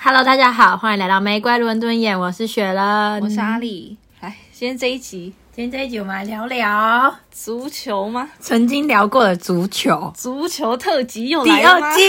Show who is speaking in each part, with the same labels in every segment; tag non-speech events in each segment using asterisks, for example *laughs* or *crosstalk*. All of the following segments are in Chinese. Speaker 1: Hello，大家好，欢迎来到《玫瑰伦敦眼》，我是雪人，
Speaker 2: 我是阿丽。来，今天这一集
Speaker 1: 今天这一集我们来聊聊
Speaker 2: 足球吗？
Speaker 1: 曾经聊过的足球
Speaker 2: 足球特辑又
Speaker 1: 第
Speaker 2: 来了
Speaker 1: 二
Speaker 2: 吗
Speaker 1: 季。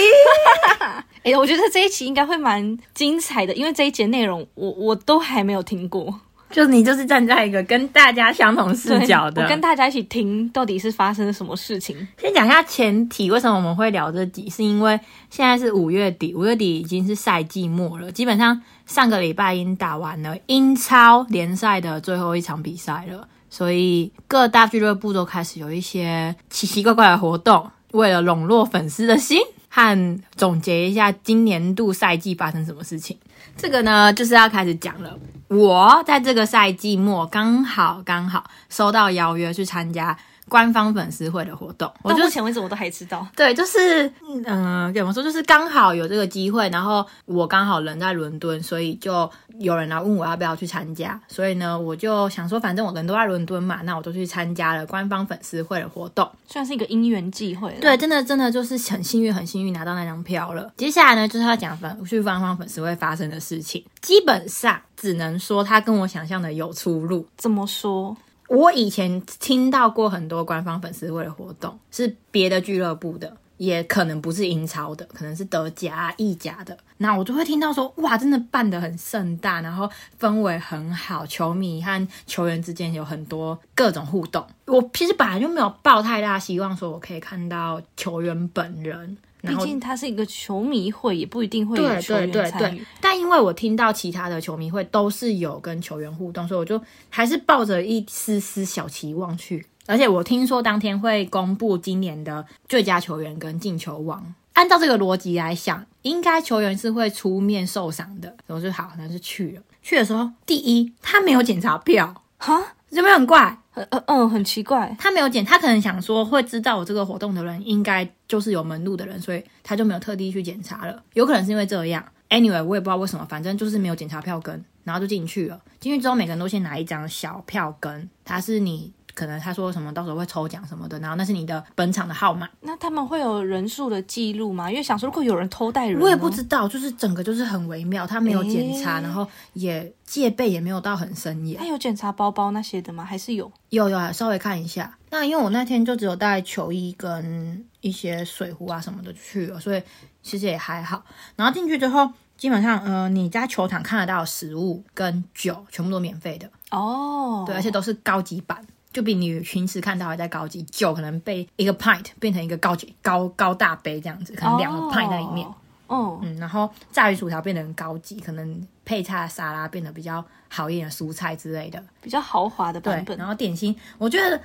Speaker 2: *laughs* 哎、我觉得这一期应该会蛮精彩的，因为这一节内容我我都还没有听过。
Speaker 1: 就是你就是站在一个跟大家相同视
Speaker 2: 对
Speaker 1: 角的。
Speaker 2: 我跟大家一起听，到底是发生了什么事情？
Speaker 1: 先讲一下前提，为什么我们会聊这集？是因为现在是五月底，五月底已经是赛季末了，基本上上个礼拜已经打完了英超联赛的最后一场比赛了，所以各大俱乐部都开始有一些奇奇怪怪的活动，为了笼络粉丝的心。和总结一下今年度赛季发生什么事情，这个呢就是要开始讲了。我在这个赛季末刚好刚好收到邀约去参加官方粉丝会的活动，我
Speaker 2: 到
Speaker 1: 就
Speaker 2: 目前为止我都还知道。
Speaker 1: 对，就是嗯、呃怎么说，就是刚好有这个机会，然后我刚好人在伦敦，所以就有人来问我要不要去参加，所以呢，我就想说，反正我人都在伦敦嘛，那我就去参加了官方粉丝会的活动。
Speaker 2: 算是一个因缘际会了。
Speaker 1: 对，真的真的就是很幸运，很幸运拿到那张票了。接下来呢，就是要讲粉去官方粉丝会发生的事情，基本上只能说它跟我想象的有出入。
Speaker 2: 怎么说？
Speaker 1: 我以前听到过很多官方粉丝会的活动，是别的俱乐部的，也可能不是英超的，可能是德甲、啊、意甲的。那我就会听到说，哇，真的办得很盛大，然后氛围很好，球迷和球员之间有很多各种互动。我其实本来就没有抱太大希望，说我可以看到球员本人，然
Speaker 2: 毕
Speaker 1: 后
Speaker 2: 竟它是一个球迷会，也不一定会有
Speaker 1: 对
Speaker 2: 球
Speaker 1: 对
Speaker 2: 员
Speaker 1: 对
Speaker 2: 参与
Speaker 1: 对。，但因为我听到其他的球迷会都是有跟球员互动，所以我就还是抱着一丝丝小期望去。而且我听说当天会公布今年的最佳球员跟进球王。按照这个逻辑来想，应该球员是会出面受赏的。我就好，那就去了。去的时候，第一他没有检查票， *laughs*
Speaker 2: 哈，
Speaker 1: 有没有很怪？
Speaker 2: 很呃嗯，很奇怪。
Speaker 1: 他没有检，他可能想说会知道我这个活动的人应该就是有门路的人，所以他就没有特地去检查了。有可能是因为这样。Anyway，我也不知道为什么，反正就是没有检查票根，然后就进去了。进去之后，每个人都先拿一张小票根，它是你可能他说什么到时候会抽奖什么的，然后那是你的本场的号码。
Speaker 2: 那他们会有人数的记录吗？因为想说，如果有人偷带人呢，
Speaker 1: 我也不知道，就是整个就是很微妙，他没有检查，
Speaker 2: 诶
Speaker 1: 然后也戒备也没有到很森严
Speaker 2: 他。有检查包包那些的吗？还是有？
Speaker 1: 有有啊，稍微看一下。那因为我那天就只有带球衣跟一些水壶啊什么的去了，所以其实也还好。然后进去之后，基本上呃你在球场看得到的食物跟酒全部都免费的，
Speaker 2: 哦，
Speaker 1: 对，而且都是高级版，就比你平时看到还在高级。酒可能被一个 pint 变成一个高级高高大杯这样子，可能两个 pint 在里面。
Speaker 2: 哦。嗯，
Speaker 1: 嗯，然后炸鱼薯条变得很高级，可能配菜沙拉变得比较好一点的蔬菜之类的。
Speaker 2: 比较豪华的版
Speaker 1: 对，
Speaker 2: 本
Speaker 1: 然。后点心， *clears throat* 我觉得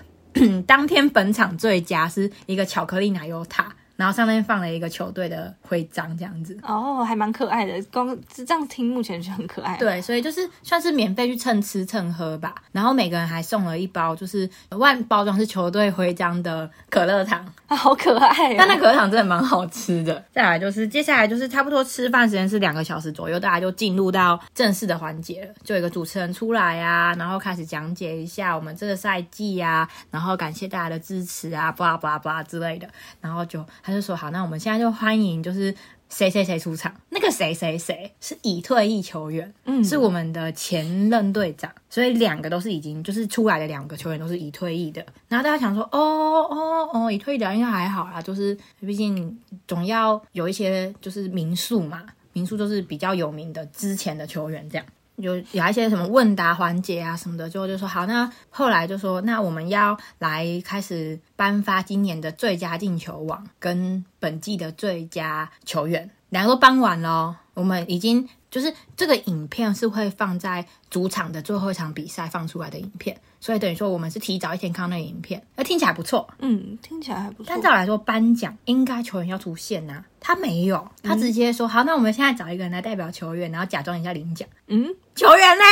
Speaker 1: *clears throat* 当天本场最佳是一个巧克力奶油塔，然后上面放了一个球队的徽章，这样子。
Speaker 2: 哦，还蛮可爱的，光这样听目前就很可爱。，
Speaker 1: 对，所以就是算是免费去蹭吃蹭喝吧。然后每个人还送了一包，就是外包装是球队徽章的可乐糖，
Speaker 2: 啊，好可爱、哦。
Speaker 1: 但那可乐糖真的蛮好吃的。再来就是接下来就是差不多吃饭时间是两个小时左右，大家就进入到正式的环节了，就有一个主持人出来啊，然后开始讲解一下我们这个赛季啊，然后感谢大家的支持啊，巴拉巴拉巴拉之类的。然后就他就说好，那我们现在就欢迎就是。谁谁谁出场？那个谁谁谁是已退役球员，
Speaker 2: 嗯
Speaker 1: 是我们的前任队长，所以两个都是已经就是出来的两个球员都是已退役的。然后大家想说，哦哦哦，已退役的应该还好啦，就是毕竟总要有一些就是名宿嘛，名宿就是比较有名的之前的球员这样。有有一些什么问答环节啊什么的，就就说好，那后来就说那我们要来开始颁发今年的最佳进球王跟本季的最佳球员，两个都颁完了哦，我们已经就是这个影片是会放在主场的最后一场比赛放出来的影片，所以等于说我们是提早一天看到那个影片，那听起来不错，
Speaker 2: 嗯，听起来还不错
Speaker 1: 但。照来说，颁奖应该球员要出现呐、他没有，他直接说、好，那我们现在找一个人来代表球员，然后假装一下领奖。
Speaker 2: 嗯，
Speaker 1: 球员嘞，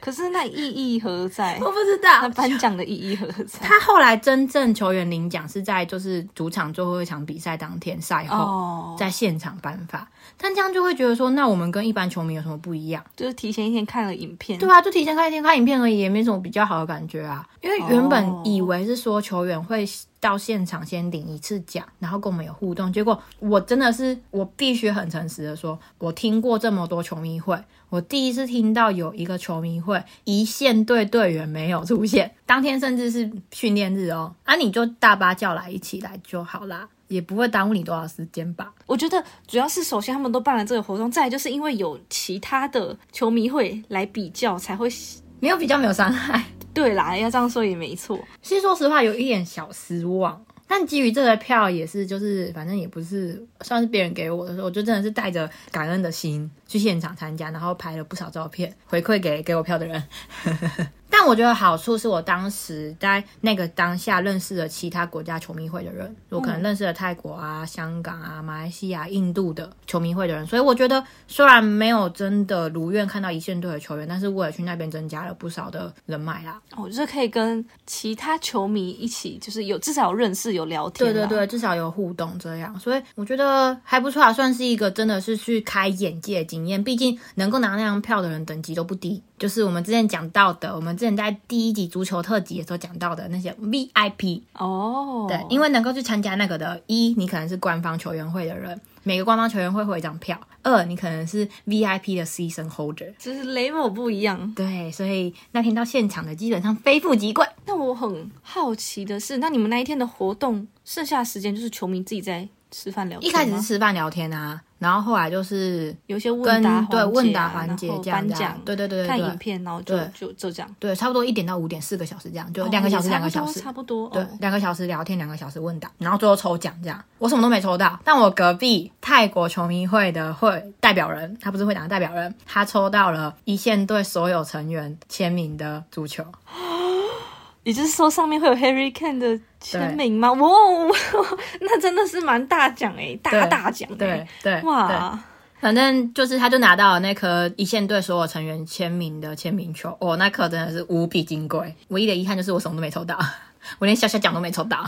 Speaker 2: 可是那意义何在？
Speaker 1: *laughs* 我不知
Speaker 2: 那
Speaker 1: 道。
Speaker 2: 颁奖的意义何在？
Speaker 1: 他后来真正球员领奖是在就是主场最后一场比赛当天赛后，
Speaker 2: 哦，
Speaker 1: 在现场颁发。但这样就会觉得说，那我们跟一般球迷有什么不一样？
Speaker 2: 就是提前一天看了影片。
Speaker 1: 对啊，就提前看一天看影片而已，也没什么比较好的感觉啊。因为原本
Speaker 2: 哦
Speaker 1: 以为是说球员会到现场先领一次奖，然后跟我们有互动。结果我真的是，我必须很诚实的说，我听过这么多球迷会，我第一次听到有一个球迷会一线队队员没有出现，当天甚至是训练日哦，啊，你就大巴叫来一起来就好啦，也不会耽误你多少时间吧。
Speaker 2: 我觉得主要是首先他们都办了这个活动，再来就是因为有其他的球迷会来比较，才会
Speaker 1: 没有比较，没有伤害。
Speaker 2: 对啦，要这样说也没错。
Speaker 1: 其实说实话，有一点小失望。但基于这个票也是，就是反正也不是算是别人给我的，时候，我就真的是带着感恩的心去现场参加，然后拍了不少照片回馈给给我票的人。 *laughs* 但我觉得好处是我当时在那个当下认识了其他国家球迷会的人，我可能认识了泰国啊、香港啊、马来西亚、印度的球迷会的人，所以我觉得虽然没有真的如愿看到一线队的球员，但是我也去那边增加了不少的人脉啦。
Speaker 2: 我就是哦可以跟其他球迷一起，就是有至少有认识有聊天。
Speaker 1: 对对，对，至少有互动这样，所以我觉得还不错啊，算是一个真的是去开眼界的经验。毕竟能够拿那张票的人等级都不低，就是我们之前讲到的，我们之前在第一集足球特辑的时候讲到的那些 VIP，
Speaker 2: 哦，
Speaker 1: 对，因为能够去参加那个的，一你可能是官方球员会的人，每个官方球员会会有一张票；二你可能是 VIP 的 season holder。
Speaker 2: 就是雷某不一样。
Speaker 1: 对，所以那天到现场的基本上非富即贵。
Speaker 2: 那我很好奇的是，那你们那一天的活动剩下的时间就是球迷自己在吃饭聊
Speaker 1: 一
Speaker 2: 天吗
Speaker 1: 开始是吃饭聊天啊，然后后来就是
Speaker 2: 有一些问
Speaker 1: 跟
Speaker 2: 答
Speaker 1: 对问答
Speaker 2: 环
Speaker 1: 环
Speaker 2: 节
Speaker 1: 节
Speaker 2: 啊，然
Speaker 1: 这样
Speaker 2: 后颁
Speaker 1: 这样
Speaker 2: 奖，
Speaker 1: 对对对对
Speaker 2: 看
Speaker 1: 对
Speaker 2: 影片，然后就
Speaker 1: 对
Speaker 2: 就就这样，
Speaker 1: 对，差不多一点到五点，四个小时这样，就两个小时，
Speaker 2: 哦
Speaker 1: 两个小时，
Speaker 2: 差不多，差
Speaker 1: 对
Speaker 2: 不多，哦
Speaker 1: 两个小时聊天，两个小时问答，然后最后抽奖这样。我什么都没抽到，但我隔壁泰国球迷会的会代表人，他不是会长的代表人，他抽到了一线队所有成员签名的足球。
Speaker 2: 也就是说上面会有 Harry Kane 的签名吗？哇， *laughs* 那真的是蛮大奖哎，大
Speaker 1: 对
Speaker 2: 大奖哎，
Speaker 1: 对对，对，
Speaker 2: 哇，
Speaker 1: 反正就是他就拿到了那颗一线队所有成员签名的签名球，哦，那颗真的是无比金贵。唯一的遗憾就是我什么都没抽到， *laughs* 我连小小奖都没抽到，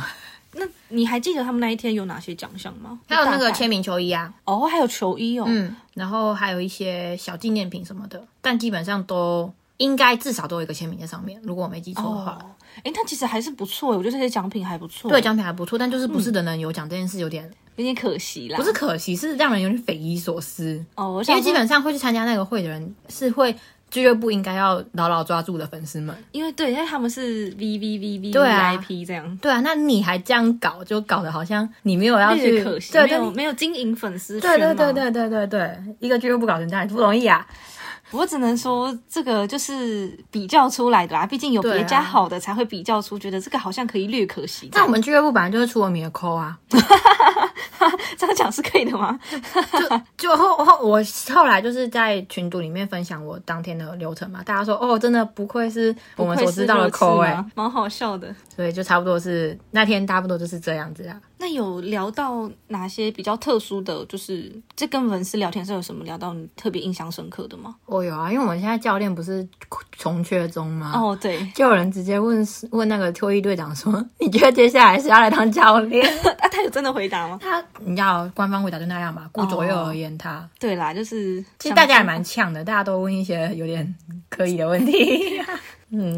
Speaker 2: 那你还记得他们那一天有哪些奖项吗？
Speaker 1: 还有那
Speaker 2: 大
Speaker 1: 个
Speaker 2: 概
Speaker 1: 签名球衣啊，
Speaker 2: 哦，还有球衣哦，
Speaker 1: 嗯，然后还有一些小纪念品什么的，但基本上都应该至少都有一个签名在上面，如果我没记错的话。
Speaker 2: 哦，哎，那其实还是不错哎，我觉得这些奖品还不错，
Speaker 1: 对，，奖嗯品还不错，但就是不是人人有奖这件事有点、
Speaker 2: 有点可惜啦，
Speaker 1: 不是可惜，是让人有点匪夷所思。
Speaker 2: 哦，我
Speaker 1: 因
Speaker 2: 想
Speaker 1: 为
Speaker 2: 说
Speaker 1: 基本上会去参加那个会的人是会俱乐部应该要牢牢抓住的粉丝们。
Speaker 2: 因为对，因为他们是 V V V V
Speaker 1: 对啊
Speaker 2: I P 这样，
Speaker 1: 对啊，那你还这样搞，就搞得好像你没有要
Speaker 2: 略
Speaker 1: 去，
Speaker 2: 可惜，
Speaker 1: 啊对
Speaker 2: 没
Speaker 1: 对
Speaker 2: 有没有经营粉丝圈
Speaker 1: 对对
Speaker 2: 嘛
Speaker 1: 对对对对对，一个俱乐部搞成这样不容易啊。
Speaker 2: 我只能说，这个就是比较出来的啦，毕竟有
Speaker 1: 对啊
Speaker 2: 别家好的才会比较出，觉得这个好像可以略可惜。
Speaker 1: 但我们俱乐部本来就是出了名的抠啊，
Speaker 2: 这样讲是可以的吗？
Speaker 1: *laughs* 就后后我后来就是在群组里面分享我当天的流程嘛，大家说哦，真的不愧是我们所知道的
Speaker 2: 口
Speaker 1: 口
Speaker 2: 味
Speaker 1: 味，，
Speaker 2: 蛮好笑的。
Speaker 1: 所以就差不多是那天差不多就是这样子啊啦。
Speaker 2: 那有聊到哪些比较特殊的？就是这跟文思聊天是有什么聊到你特别印象深刻的吗？
Speaker 1: 哦有啊，因为我们现在教练不是穷缺中吗？
Speaker 2: 哦，对，
Speaker 1: 就有人直接问问那个退役队长说：“你觉得接下来谁要来当教练
Speaker 2: 啊，他有真的回答吗？？”
Speaker 1: *laughs* 他你知道官方回答就那样嘛，顾左右而言他。
Speaker 2: 对啦，就是
Speaker 1: 其实大家也蛮呛的，大家都问一些有点可以的问题。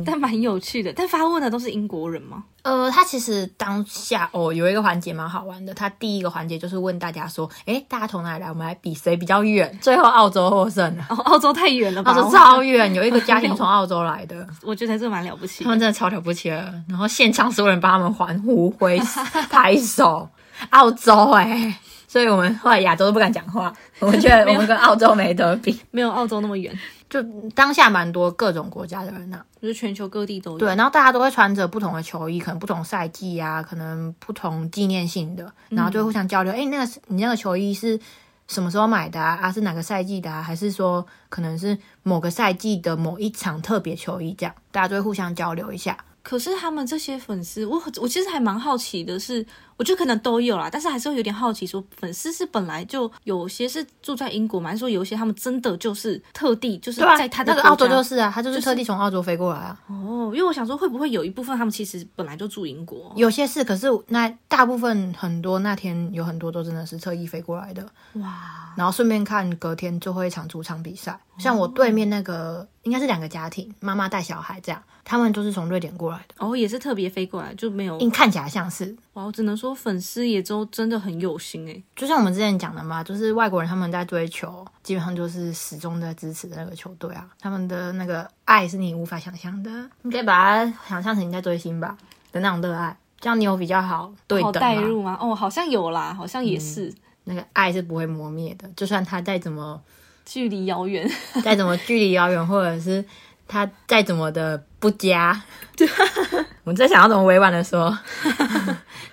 Speaker 2: 但蛮有趣的。但发问的都是英国人吗？
Speaker 1: 呃，他其实当下哦有一个环节蛮好玩的，他第一个环节就是问大家说，诶，大家从哪里来？我们来比谁比较远。最后澳洲获胜了，
Speaker 2: 哦， *laughs* 澳洲太远了吧？
Speaker 1: 澳洲超远，有一个家庭从澳洲来的，
Speaker 2: 我觉得这蛮了不
Speaker 1: *laughs*
Speaker 2: 起
Speaker 1: 他
Speaker 2: 的。
Speaker 1: 们真的超了不起了。然后现场所有人帮他们欢呼、挥 *laughs* 拍手，澳洲诶，所以我们后来亚洲都不敢讲话，我们觉得我们跟澳洲没得比。
Speaker 2: 没有澳洲那么远，
Speaker 1: 就当下蛮多各种国家的人呐、啊
Speaker 2: 就是全球各地都有。
Speaker 1: 对，然后大家都会穿着不同的球衣，可能不同赛季啊，可能不同纪念性的，
Speaker 2: 嗯
Speaker 1: 然后就会互相交流。哎、那个你那个球衣是什么时候买的啊？啊，是哪个赛季的啊？还是说可能是某个赛季的某一场特别球衣这样？大家就会互相交流一下。
Speaker 2: 可是他们这些粉丝，我我其实还蛮好奇的是，我觉得可能都有啦，但是还是会有点好奇说，粉丝是本来就有些是住在英国嘛，还是说有一些他们真的就是特地就是在他的
Speaker 1: 那个澳洲就是是啊，他就是特地从澳洲飞过来啊。
Speaker 2: 哦，因为我想说会不会有一部分他们其实本来就住英国
Speaker 1: 有些是，可是那大部分很多那天有很多都真的是特意飞过来的，
Speaker 2: 哇。
Speaker 1: 然后顺便看隔天最后一场主场比赛。像我对面那个应该是两个家庭，妈妈带小孩这样，他们就是从瑞典过来的，
Speaker 2: 哦，也是特别飞过来，就没有
Speaker 1: 因看起来像是。
Speaker 2: 哇，我只能说粉丝也都真的很有心欸诶、
Speaker 1: 就像我们之前讲的嘛，就是外国人他们在追求，基本上就是始终在支持那个球队啊，他们的那个爱是你无法想象的，你可以把它想象成你在追星吧的那种热爱，这样你有比较好对
Speaker 2: 好
Speaker 1: 等
Speaker 2: 带
Speaker 1: 嘛
Speaker 2: 入吗？哦，好像有啦，好像也是，
Speaker 1: 那个爱是不会磨灭的，就算他再怎么
Speaker 2: 距离遥远， *laughs*
Speaker 1: 再怎么距离遥远，或者是他再怎么的不佳， *laughs* 我在想要怎么委婉的说，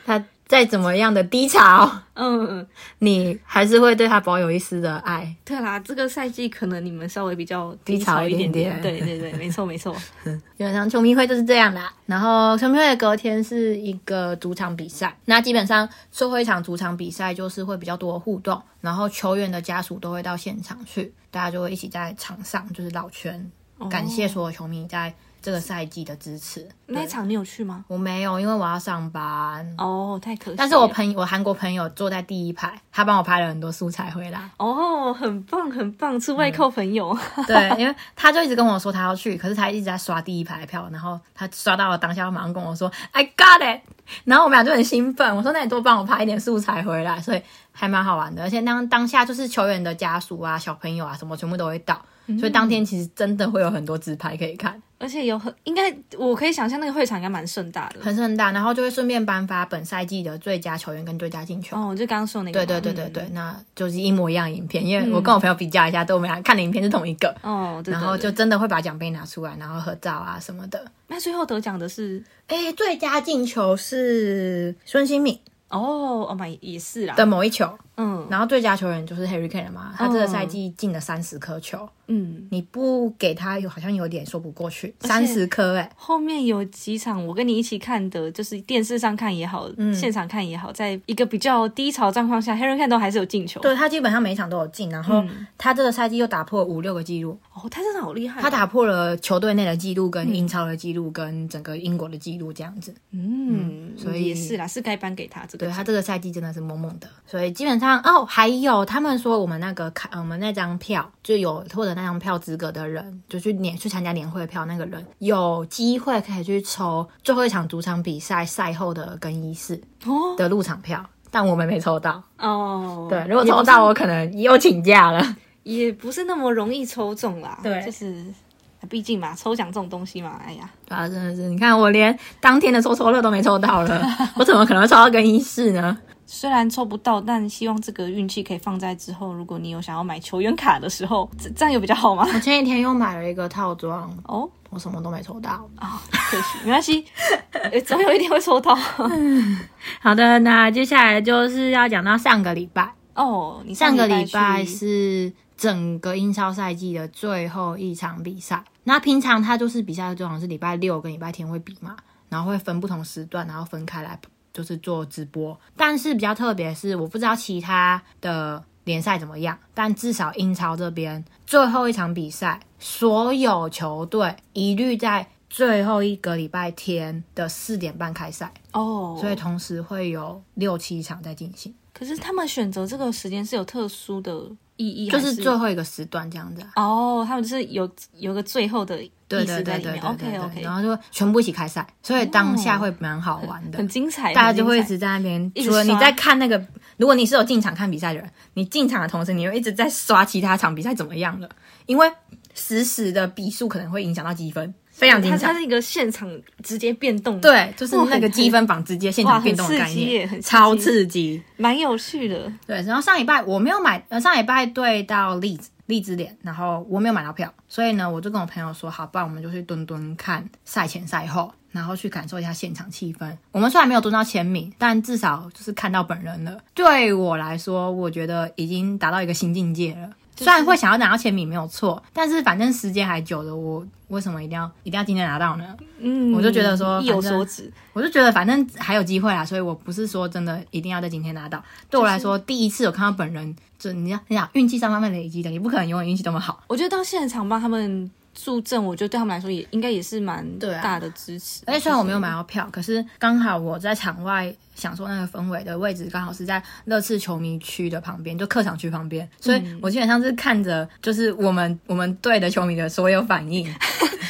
Speaker 1: 他再怎么样的低潮，
Speaker 2: 嗯，嗯
Speaker 1: 你还是会对他保有一丝的爱。
Speaker 2: 对啦，这个赛季可能你们稍微比较
Speaker 1: 低
Speaker 2: 低潮
Speaker 1: 潮一
Speaker 2: 点
Speaker 1: 点
Speaker 2: 对对对，没错没 *laughs* 错，
Speaker 1: 基本上球迷会就是这样啦。然后球迷会的隔天是一个主场比赛，那基本上最后一场主场比赛就是会比较多互动，然后球员的家属都会到现场去，大家就会一起在场上就是绕圈，感谢所有球迷在这个赛季的支持。
Speaker 2: 那一场你有去吗？
Speaker 1: 我没有，因为我要上班。
Speaker 2: 哦，太可惜了。
Speaker 1: 但是我朋我韩国朋友坐在第一排，他帮我拍了很多素材回来。
Speaker 2: 哦，很棒很棒，是外扣朋友。 *laughs*
Speaker 1: 对，因为他就一直跟我说他要去，可是他一直在刷第一排的票，然后他刷到了当下，他马上跟我说 I got it，然后我们俩就很兴奋，我说那你多帮我拍一点素材回来，所以还蛮好玩的。而且当当下就是球员的家属啊、小朋友啊什么全部都会到，
Speaker 2: 嗯
Speaker 1: 所以当天其实真的会有很多自拍可以看，
Speaker 2: 而且有很应该，我可以想象那个会场应该蛮盛大的。
Speaker 1: 很盛大，然后就会顺便颁发本赛季的最佳球员跟最佳进球。
Speaker 2: 哦，就刚刚说那个
Speaker 1: 对
Speaker 2: 嘛。
Speaker 1: 对对
Speaker 2: 嗯。
Speaker 1: 对对，那就是一模一样的影片，因为我跟我朋友比较一下，对我们俩看的影片是同一个，
Speaker 2: 哦，对对对
Speaker 1: 然后就真的会把奖杯拿出来，然后合照啊什么的。
Speaker 2: 那最后得奖的是
Speaker 1: 哎，最佳进球是孙兴敏
Speaker 2: 哦，哦妈也是啦。
Speaker 1: 的某一球，
Speaker 2: 嗯
Speaker 1: 然后最佳球员就是 Harry Kane 了嘛，他这个赛季进了三十颗球，
Speaker 2: 嗯，
Speaker 1: 你不给他有好像有点说不过去，三十颗哎、
Speaker 2: 后面有几场我跟你一起看的，就是电视上看也好，
Speaker 1: 嗯
Speaker 2: 现场看也好，在一个比较低潮状况下，Harry Kane 都还是有进球。
Speaker 1: 对他基本上每一场都有进，然后他这个赛季又打破五六个记录，
Speaker 2: 哦，他真的好厉害哦。
Speaker 1: 他打破了球队内的记录、跟英超的记录、跟整个英国的记录这样子。
Speaker 2: 嗯，所
Speaker 1: 以
Speaker 2: 也是啦，是该颁给他这个
Speaker 1: 对
Speaker 2: 奖。
Speaker 1: 他这个赛季真的是猛猛的，所以基本上哦，还有他们说我们那个卡，我们那张票就有获得那张票资格的人，就去年去参加年会票那个人有机会可以去抽最后一场主场比赛赛后的更衣室
Speaker 2: 哦
Speaker 1: 的入场票，但我们没抽到。
Speaker 2: 哦，
Speaker 1: 对，如果抽到我可能又请假了。
Speaker 2: 也不是那么容易抽中啦。
Speaker 1: 对
Speaker 2: 就是毕竟嘛，抽奖这种东西嘛，哎呀，
Speaker 1: 啊，真的是，你看我连当天的抽抽乐都没抽到 *laughs* 了，我怎么可能会抽到更衣室呢？
Speaker 2: 虽然抽不到，但希望这个运气可以放在之后，如果你有想要买球员卡的时候，这这样有比较好吗？
Speaker 1: 我前几天又买了一个套装，
Speaker 2: 哦，
Speaker 1: 我什么都没抽到。
Speaker 2: 啊、可惜，没关系，呃总有一天会抽到。
Speaker 1: 好的，那接下来就是要讲到上个礼拜，
Speaker 2: *laughs* 哦，你
Speaker 1: 上个礼
Speaker 2: 去
Speaker 1: 拜是整个英超赛季的最后一场比赛。那平常它就是比赛，就好像是礼拜六跟礼拜天会比嘛，然后会分不同时段，然后分开来就是做直播。但是比较特别的是，我不知道其他的联赛怎么样，但至少英超这边最后一场比赛，所有球队一律在最后一个礼拜天的四点半开赛，
Speaker 2: 哦，
Speaker 1: 所以同时会有六七场在进行。
Speaker 2: 可是他们选择这个时间是有特殊的意义，
Speaker 1: 就
Speaker 2: 还
Speaker 1: 是
Speaker 2: 是
Speaker 1: 最后一个时段这样子啊。
Speaker 2: 哦，他们就是有有个最后的意
Speaker 1: 对
Speaker 2: 思
Speaker 1: 对
Speaker 2: 在
Speaker 1: 对
Speaker 2: 里
Speaker 1: 对
Speaker 2: 面。
Speaker 1: 对
Speaker 2: OK
Speaker 1: 对对，然
Speaker 2: OK，
Speaker 1: 后就全部一起开赛，所以当下会蛮好玩的，
Speaker 2: 很精彩，
Speaker 1: 大家
Speaker 2: 很精
Speaker 1: 就会一
Speaker 2: 彩
Speaker 1: 直在那边。
Speaker 2: 一直
Speaker 1: 除了你
Speaker 2: 刷
Speaker 1: 在看那个，如果你是有进场看比赛的人，你进场的同时，你会一直在刷其他场比赛怎么样了，因为实时的比数可能会影响到积分，非常精
Speaker 2: 它它
Speaker 1: 彩。
Speaker 2: 是一个现场直接变动，，
Speaker 1: 对，就是
Speaker 2: 哇
Speaker 1: 那个
Speaker 2: 很
Speaker 1: 积分榜直接现
Speaker 2: 哇
Speaker 1: 场
Speaker 2: 很
Speaker 1: 变动的
Speaker 2: 刺
Speaker 1: 概
Speaker 2: 激耶
Speaker 1: 念，
Speaker 2: 很刺
Speaker 1: 超
Speaker 2: 激
Speaker 1: 刺激。
Speaker 2: 蛮有趣的。
Speaker 1: 对，然后上礼拜我没有买，呃，上礼拜对到荔枝荔枝脸，然后我没有买到票，所以呢，我就跟我朋友说，好，不然我们就去敦敦看赛前赛后，然后去感受一下现场气氛。我们虽然没有蹲到签名，但至少就是看到本人了。对我来说，我觉得已经达到一个新境界了。虽然会想要拿到签名没有错，但是反正时间还久了，我为什么一定要一定要今天拿到呢？
Speaker 2: 嗯，
Speaker 1: 我就觉得说
Speaker 2: 意有
Speaker 1: 反正
Speaker 2: 所指，
Speaker 1: 我就觉得反正还有机会啦，所以我不是说真的一定要在今天拿到。对我来说，第一次有看到本人，就你要你想运气上方面累积的，你不可能永远运气这么好。
Speaker 2: 我觉得到现场帮他们助阵，我觉得对他们来说也应该也是蛮
Speaker 1: 对啊
Speaker 2: 大的支持。
Speaker 1: 而且虽然我没有买到票，可是刚好我在场外享受那个氛围的位置，刚好是在热刺球迷区的旁边，就客场区旁边，所以我基本上是看着就是我们我们队的球迷的所有反应，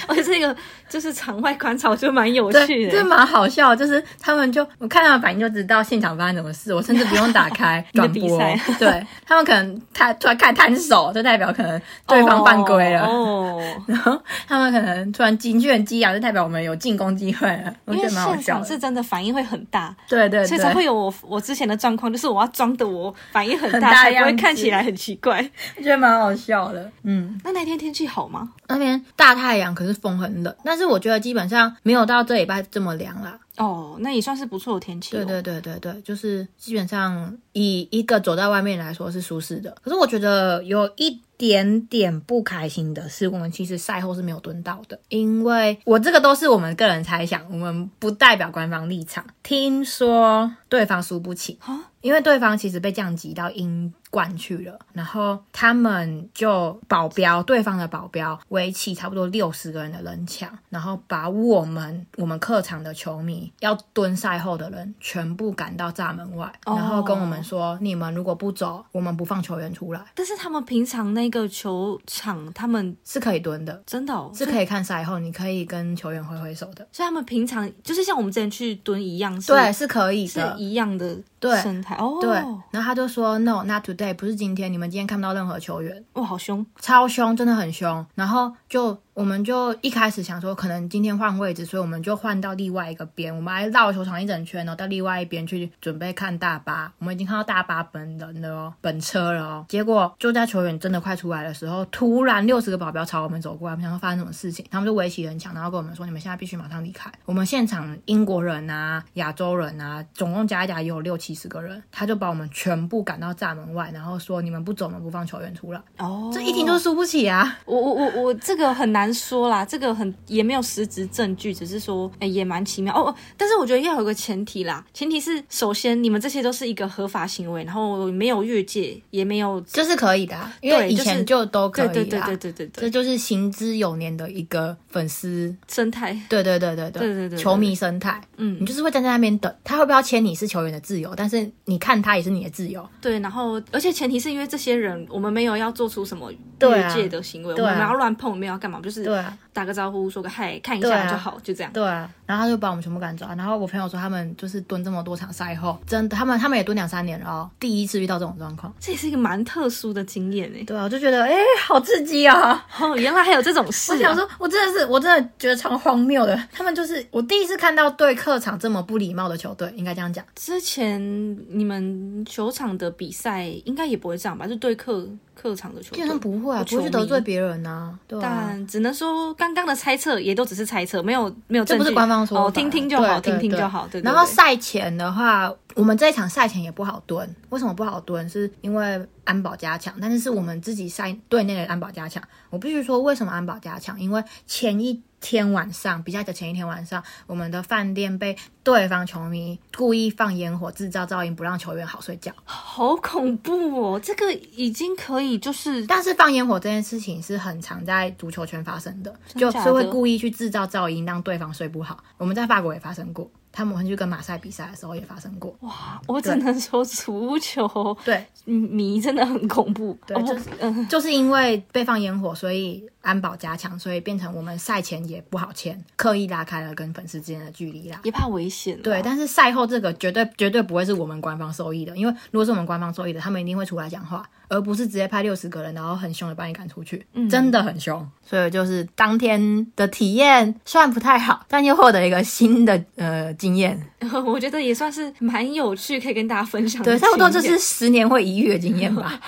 Speaker 2: 而且这个就是场外观察，我觉得蛮有趣
Speaker 1: 对，
Speaker 2: 的。
Speaker 1: 这蛮好笑，就是他们就我看他们反应就知道现场发生什么事，我甚至不用打
Speaker 2: *laughs*
Speaker 1: 开
Speaker 2: 你的
Speaker 1: 转
Speaker 2: 比
Speaker 1: 播
Speaker 2: 赛，
Speaker 1: *laughs* 对他们可能他突然看摊手，就代表可能对方犯规了， *laughs*
Speaker 2: 哦，哦
Speaker 1: 他们可能突然金券激昂，就代表我们有进攻机会了，我
Speaker 2: 因
Speaker 1: 觉
Speaker 2: 为
Speaker 1: 得蛮好
Speaker 2: 现
Speaker 1: 笑
Speaker 2: 场
Speaker 1: 的，呃
Speaker 2: 是真的反应会很大，
Speaker 1: 对对
Speaker 2: 所以才
Speaker 1: 对，
Speaker 2: 会有我我之前的状况，就是我要装的我反应很
Speaker 1: 很
Speaker 2: 大，
Speaker 1: 大
Speaker 2: 才不会
Speaker 1: 样子
Speaker 2: 看起来很奇怪。
Speaker 1: *laughs* 觉得蛮好笑的，嗯。
Speaker 2: 那那天天气好吗？
Speaker 1: 那边大太阳，可是风很冷，但是我觉得基本上没有到这礼拜这么凉啦。
Speaker 2: 哦，那也算是不错的天气、哦。
Speaker 1: 对对对对对，就是基本上以一个走在外面来说是舒适的。可是我觉得有一点点不开心的是，我们其实赛后是没有蹲到的，因为我这个都是我们个人猜想，我们不代表官方立场。听说对方输不起，
Speaker 2: 啊，
Speaker 1: 因为对方其实被降级到英冠去了，然后他们就保镖对方的保镖围起差不多六十个人的人墙，然后把我们我们客场的球迷要蹲赛后的人全部赶到闸门外，
Speaker 2: 哦
Speaker 1: 然后跟我们说：你们如果不走，我们不放球员出来，
Speaker 2: 但是他们平常那个球场，他们
Speaker 1: 是可以蹲的。
Speaker 2: 真的、哦、
Speaker 1: 是可以看赛后，你可以跟球员挥挥手的，
Speaker 2: 所以他们平常就是像我们之前去蹲一样，是
Speaker 1: 对，是可以
Speaker 2: 是
Speaker 1: 的，
Speaker 2: 一样的
Speaker 1: 对
Speaker 2: 生态哦。
Speaker 1: 对。然后他就说，No，not today，不是今天，你们今天看不到任何球员。
Speaker 2: 哇，好凶！
Speaker 1: 超凶，真的很凶。然后就我们就一开始想说，可能今天换位置，所以我们就换到另外一个边，我们还绕球场一整圈哦，到另外一边去准备看大巴。我们已经看到大巴本人了哦，本车了哦。结果就在球员真的快出来的时候，突然六十个保镖朝我们走过来，我们想说发生什么事情，他们就围起人墙，然后跟我们说，你们现在必须马上离开。我们现场英国人啊、亚洲人啊，总共加一加也有六七十个人，他就把我们全部赶到闸门外，然后说你们不走，我们不放球员出来。
Speaker 2: 哦，
Speaker 1: 这一听就是输不起啊！
Speaker 2: 我我我我这个很难说啦，这个很也没有实质证据，只是说哎、也蛮奇妙哦。哦但是我觉得要有个前提啦，前提是首先你们这些都是一个合法行为，然后没有越界，也没有
Speaker 1: 这是可以的啊、因为以前就都可以
Speaker 2: 对
Speaker 1: 啦。
Speaker 2: 对对对对对
Speaker 1: 这
Speaker 2: 对
Speaker 1: 就是行之有年的一个粉丝，
Speaker 2: 生态，
Speaker 1: 对对对对对
Speaker 2: 对对对对
Speaker 1: 球迷生态，
Speaker 2: 嗯
Speaker 1: 你就是会站在那边等，他会不会要签你是球员的自由，但是你看他也是你的自由，
Speaker 2: 对。然后而且前提是因为这些人，我们没有要做出什么
Speaker 1: 对
Speaker 2: 越
Speaker 1: 啊
Speaker 2: 界的行为，
Speaker 1: 对啊
Speaker 2: 我们没有要乱碰，没有要干嘛，就是
Speaker 1: 对啊
Speaker 2: 打个招呼，说个嗨，看一
Speaker 1: 对
Speaker 2: 下
Speaker 1: 啊
Speaker 2: 就好，就这样。
Speaker 1: 对啊，然后他就把我们全部赶走啊。然后我朋友说他们就是蹲这么多场赛后，真的，他们他们也蹲两三年了哦，第一次遇到这种状况。
Speaker 2: 这也是一个蛮特殊的经验诶、
Speaker 1: 对啊，我就觉得哎、好刺激啊！
Speaker 2: 哦，原来还有这种事、啊。
Speaker 1: 我想说，我真的是，我真的觉得超荒谬的。他们就是我第一次看到对客场这么不礼貌的球队，应该这样讲。
Speaker 2: 之前你们球场的比赛应该也不会这样吧？就对客客场的球
Speaker 1: 基本上
Speaker 2: 队，
Speaker 1: 不会啊，
Speaker 2: 不
Speaker 1: 不会去
Speaker 2: 球迷
Speaker 1: 得罪别人呐、对啊，
Speaker 2: 但只能说刚刚的猜测也都只是猜测，没有没有
Speaker 1: 这
Speaker 2: 证据。
Speaker 1: 不是官方说法
Speaker 2: 哦，听听就好，
Speaker 1: 对
Speaker 2: 听
Speaker 1: 对
Speaker 2: 听
Speaker 1: 对
Speaker 2: 就好。对对
Speaker 1: 然后
Speaker 2: 对
Speaker 1: 赛前的话，我们这一场赛前也不好蹲，为什么不好蹲？是因为安保加强，但是是我们自己赛队内的安保加强。我必须说，为什么安保加强？因为前一天晚上，比赛的前一天晚上，我们的饭店被对方球迷故意放烟火，制造噪音，不让球员好睡觉。
Speaker 2: 好恐怖哦，这个已经可以就是
Speaker 1: 但是放烟火这件事情是很常在足球圈发生的，
Speaker 2: 真
Speaker 1: 就
Speaker 2: 假的
Speaker 1: 是会故意去制造噪音，让对方睡不好。我们在法国也发生过，他们会去跟马赛比赛的时候也发生过。
Speaker 2: 哇，我只能说足球
Speaker 1: 对，
Speaker 2: 迷真的很恐怖。
Speaker 1: 对
Speaker 2: 哦不
Speaker 1: 就是
Speaker 2: 嗯，
Speaker 1: 就是因为被放烟火，所以安保加强，所以变成我们赛前也不好签，刻意拉开了跟粉丝之间的距离啦。
Speaker 2: 也怕危险啊。
Speaker 1: 对，但是赛后这个绝对绝对不会是我们官方受益的，因为如果是我们官方受益的，他们一定会出来讲话，而不是直接派六十个人，然后很凶的把你赶出去，真的很凶。嗯所以就是当天的体验虽然不太好，但又获得一个新的呃经验。
Speaker 2: *laughs* 我觉得也算是蛮有趣，可以跟大家分享的
Speaker 1: 对，
Speaker 2: 经验。
Speaker 1: 差不多就是十年会一遇的经验 *laughs* 吧。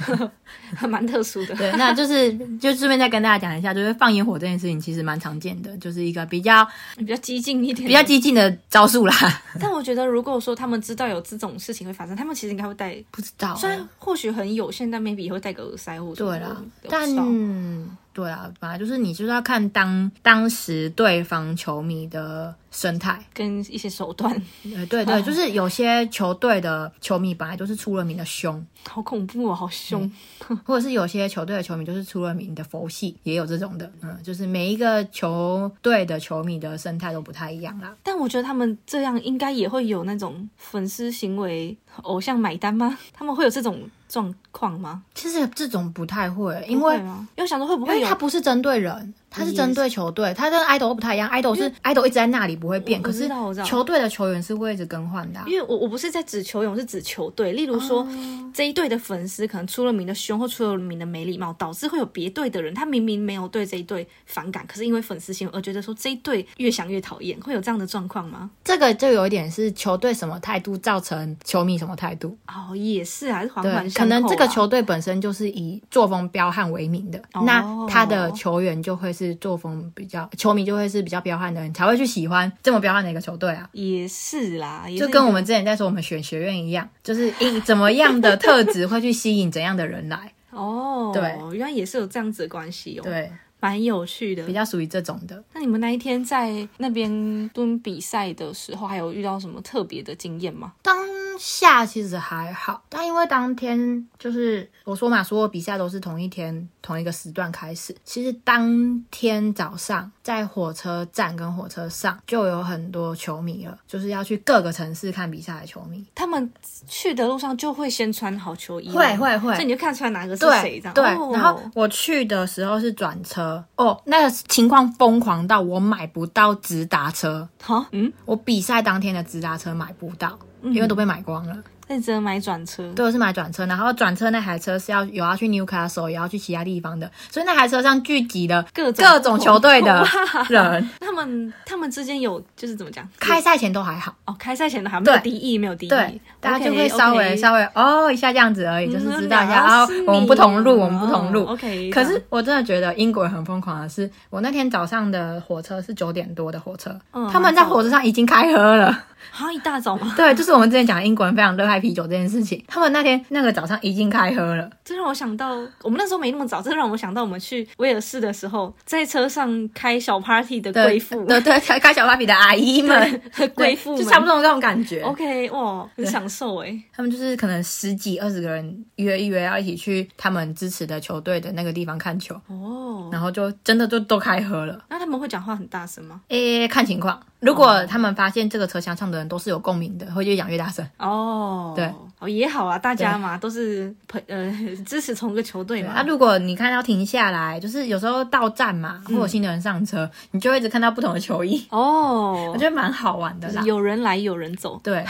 Speaker 2: *laughs* 蛮特殊的。
Speaker 1: 对，那就是就顺便再跟大家讲一下，就是放烟火这件事情其实蛮常见的，就是一个比较
Speaker 2: 比较激进一点，
Speaker 1: 比较激进的招数啦。
Speaker 2: 但我觉得，如果说他们知道有这种事情会发生，他们其实应该会戴，
Speaker 1: 不知道、
Speaker 2: 虽然或许很有限，但 maybe 也会戴个耳塞或者
Speaker 1: 对
Speaker 2: 什
Speaker 1: 啦
Speaker 2: 么的，
Speaker 1: 但啊
Speaker 2: 我不知道
Speaker 1: 对啦，本来就是你就是要看当当时对方球迷的生态。
Speaker 2: 跟一些手段， *laughs*
Speaker 1: 呃，对
Speaker 2: 哦
Speaker 1: 对，就是有些球队的球迷本来就是出了名的凶，
Speaker 2: 好恐怖哦，好凶。
Speaker 1: 嗯或者是有些球队的球迷就是出了名的佛系，也有这种的。嗯，就是每一个球队的球迷的生态都不太一样啦。
Speaker 2: 但我觉得他们这样应该也会有那种粉丝行为偶像买单吗？他们会有这种状况吗？
Speaker 1: 其实这种不太会，因
Speaker 2: 不会
Speaker 1: 为
Speaker 2: 吗？因为我想说会不
Speaker 1: 因
Speaker 2: 会
Speaker 1: 为
Speaker 2: 有
Speaker 1: 它不是针对人，它是
Speaker 2: 也
Speaker 1: 针对球队，它跟 idol 不太一样。idol 是 idol 一直在那里不会变，
Speaker 2: 我
Speaker 1: 可
Speaker 2: 我
Speaker 1: 是
Speaker 2: 知道我知道
Speaker 1: 球队的球员是会一直更换的啊、
Speaker 2: 因为我我不是在指球员，我是指球队。例如说，
Speaker 1: 哦
Speaker 2: 这一队的粉丝可能出了名的凶或出了名的没礼貌，导致会有别队的人，他明明没有对这一队反感，可是因为粉丝行为而觉得说这一队越想越讨厌，会有这样的状况吗？
Speaker 1: 这个就有一点是球队什么态度造成球迷什么态度。
Speaker 2: 哦，也是啊，还是环环
Speaker 1: 对，
Speaker 2: 相
Speaker 1: 可
Speaker 2: 扣啊、
Speaker 1: 能这个球队本身就是以作风彪悍为名的，
Speaker 2: 哦
Speaker 1: 那他的球员就会是作风比较，球迷就会是比较彪悍的人，才会去喜欢这么彪悍的一个球队啊。
Speaker 2: 也是啦，也是
Speaker 1: 就跟我们之前在说我们选学院一样，就是以怎么样的特质会去吸引怎样的人来，
Speaker 2: 哦，
Speaker 1: 对，
Speaker 2: 原来也是有这样子的关系哦，，
Speaker 1: 对，
Speaker 2: 蛮有趣的
Speaker 1: 比。较属于这种的。
Speaker 2: 那你们那一天在那边蹲比赛的时候，还有遇到什么特别的经验吗？
Speaker 1: 当下其实还好，但因为当天就是我说嘛，所有比赛都是同一天同一个时段开始。其实当天早上在火车站跟火车上就有很多球迷了，就是要去各个城市看比赛的球迷。
Speaker 2: 他们去的路上就会先穿好球衣吗，
Speaker 1: 会会会
Speaker 2: 所以你就看出来哪个是
Speaker 1: 对
Speaker 2: 谁这样。
Speaker 1: 对
Speaker 2: 哦，
Speaker 1: 然后我去的时候是转车哦，那个情况疯狂到我买不到直达车，
Speaker 2: 好，嗯，
Speaker 1: 我比赛当天的直达车买不到，因为都被买光了。
Speaker 2: 那你只能买转车。
Speaker 1: 对，我是买转车，然后转车那台车是要有要去 Newcastle，也要去其他地方的，所以那台车上聚集了
Speaker 2: 各种
Speaker 1: 各种球队的人。
Speaker 2: 他们他们之间有就是怎么讲？
Speaker 1: 开赛前都还好，
Speaker 2: 哦，开赛前的还没有
Speaker 1: 对
Speaker 2: 敌意，没有敌意，
Speaker 1: 对，大家就会
Speaker 2: OK，OK
Speaker 1: 稍微稍微哦一下这样子而已，就是知道一下
Speaker 2: 嗯
Speaker 1: 啊
Speaker 2: 是，
Speaker 1: 我们不同路，
Speaker 2: 你
Speaker 1: 我们不同路
Speaker 2: 哦。OK，
Speaker 1: 可
Speaker 2: 这
Speaker 1: 是
Speaker 2: 样
Speaker 1: 我真的觉得英国人很疯狂的是，我那天早上的火车是九点多的火车，
Speaker 2: 嗯
Speaker 1: 他们在火车上已经开喝了。
Speaker 2: 好像一大早嘛， *laughs*
Speaker 1: 对，就是我们之前讲英国人非常热爱啤酒这件事情，他们那天那个早上已经开喝了。
Speaker 2: 这让我想到我们那时候没那么早，这让我想到我们去威尔士的时候，在车上开小 party 的
Speaker 1: 对
Speaker 2: 贵妇，
Speaker 1: 呃对对，开开小芭比的阿姨们， *laughs*
Speaker 2: 贵妇
Speaker 1: 就
Speaker 2: 们
Speaker 1: 差不多有这种感觉。
Speaker 2: OK，哇，很享受哎，
Speaker 1: 他们就是可能十几二十个人约一约，要一起去他们支持的球队的那个地方看球，
Speaker 2: 哦，
Speaker 1: 然后就真的就都开喝了。
Speaker 2: 那他们会讲话很大声吗？
Speaker 1: 诶，看情
Speaker 2: 哦
Speaker 1: 况，如果他们发现这个车厢上的人都是有共鸣的，会越讲越大声。
Speaker 2: 哦，
Speaker 1: 对，
Speaker 2: 哦也好啊，大家嘛都是朋呃 *laughs* 支持同一个球队
Speaker 1: 对啊，
Speaker 2: 嘛，
Speaker 1: 如果你看到停下来，就是有时候到站嘛，或有新的人上车，你就会一直看到不同的球衣，
Speaker 2: 哦
Speaker 1: 我，觉得蛮好玩的啦。
Speaker 2: 有人来有人走，
Speaker 1: 对，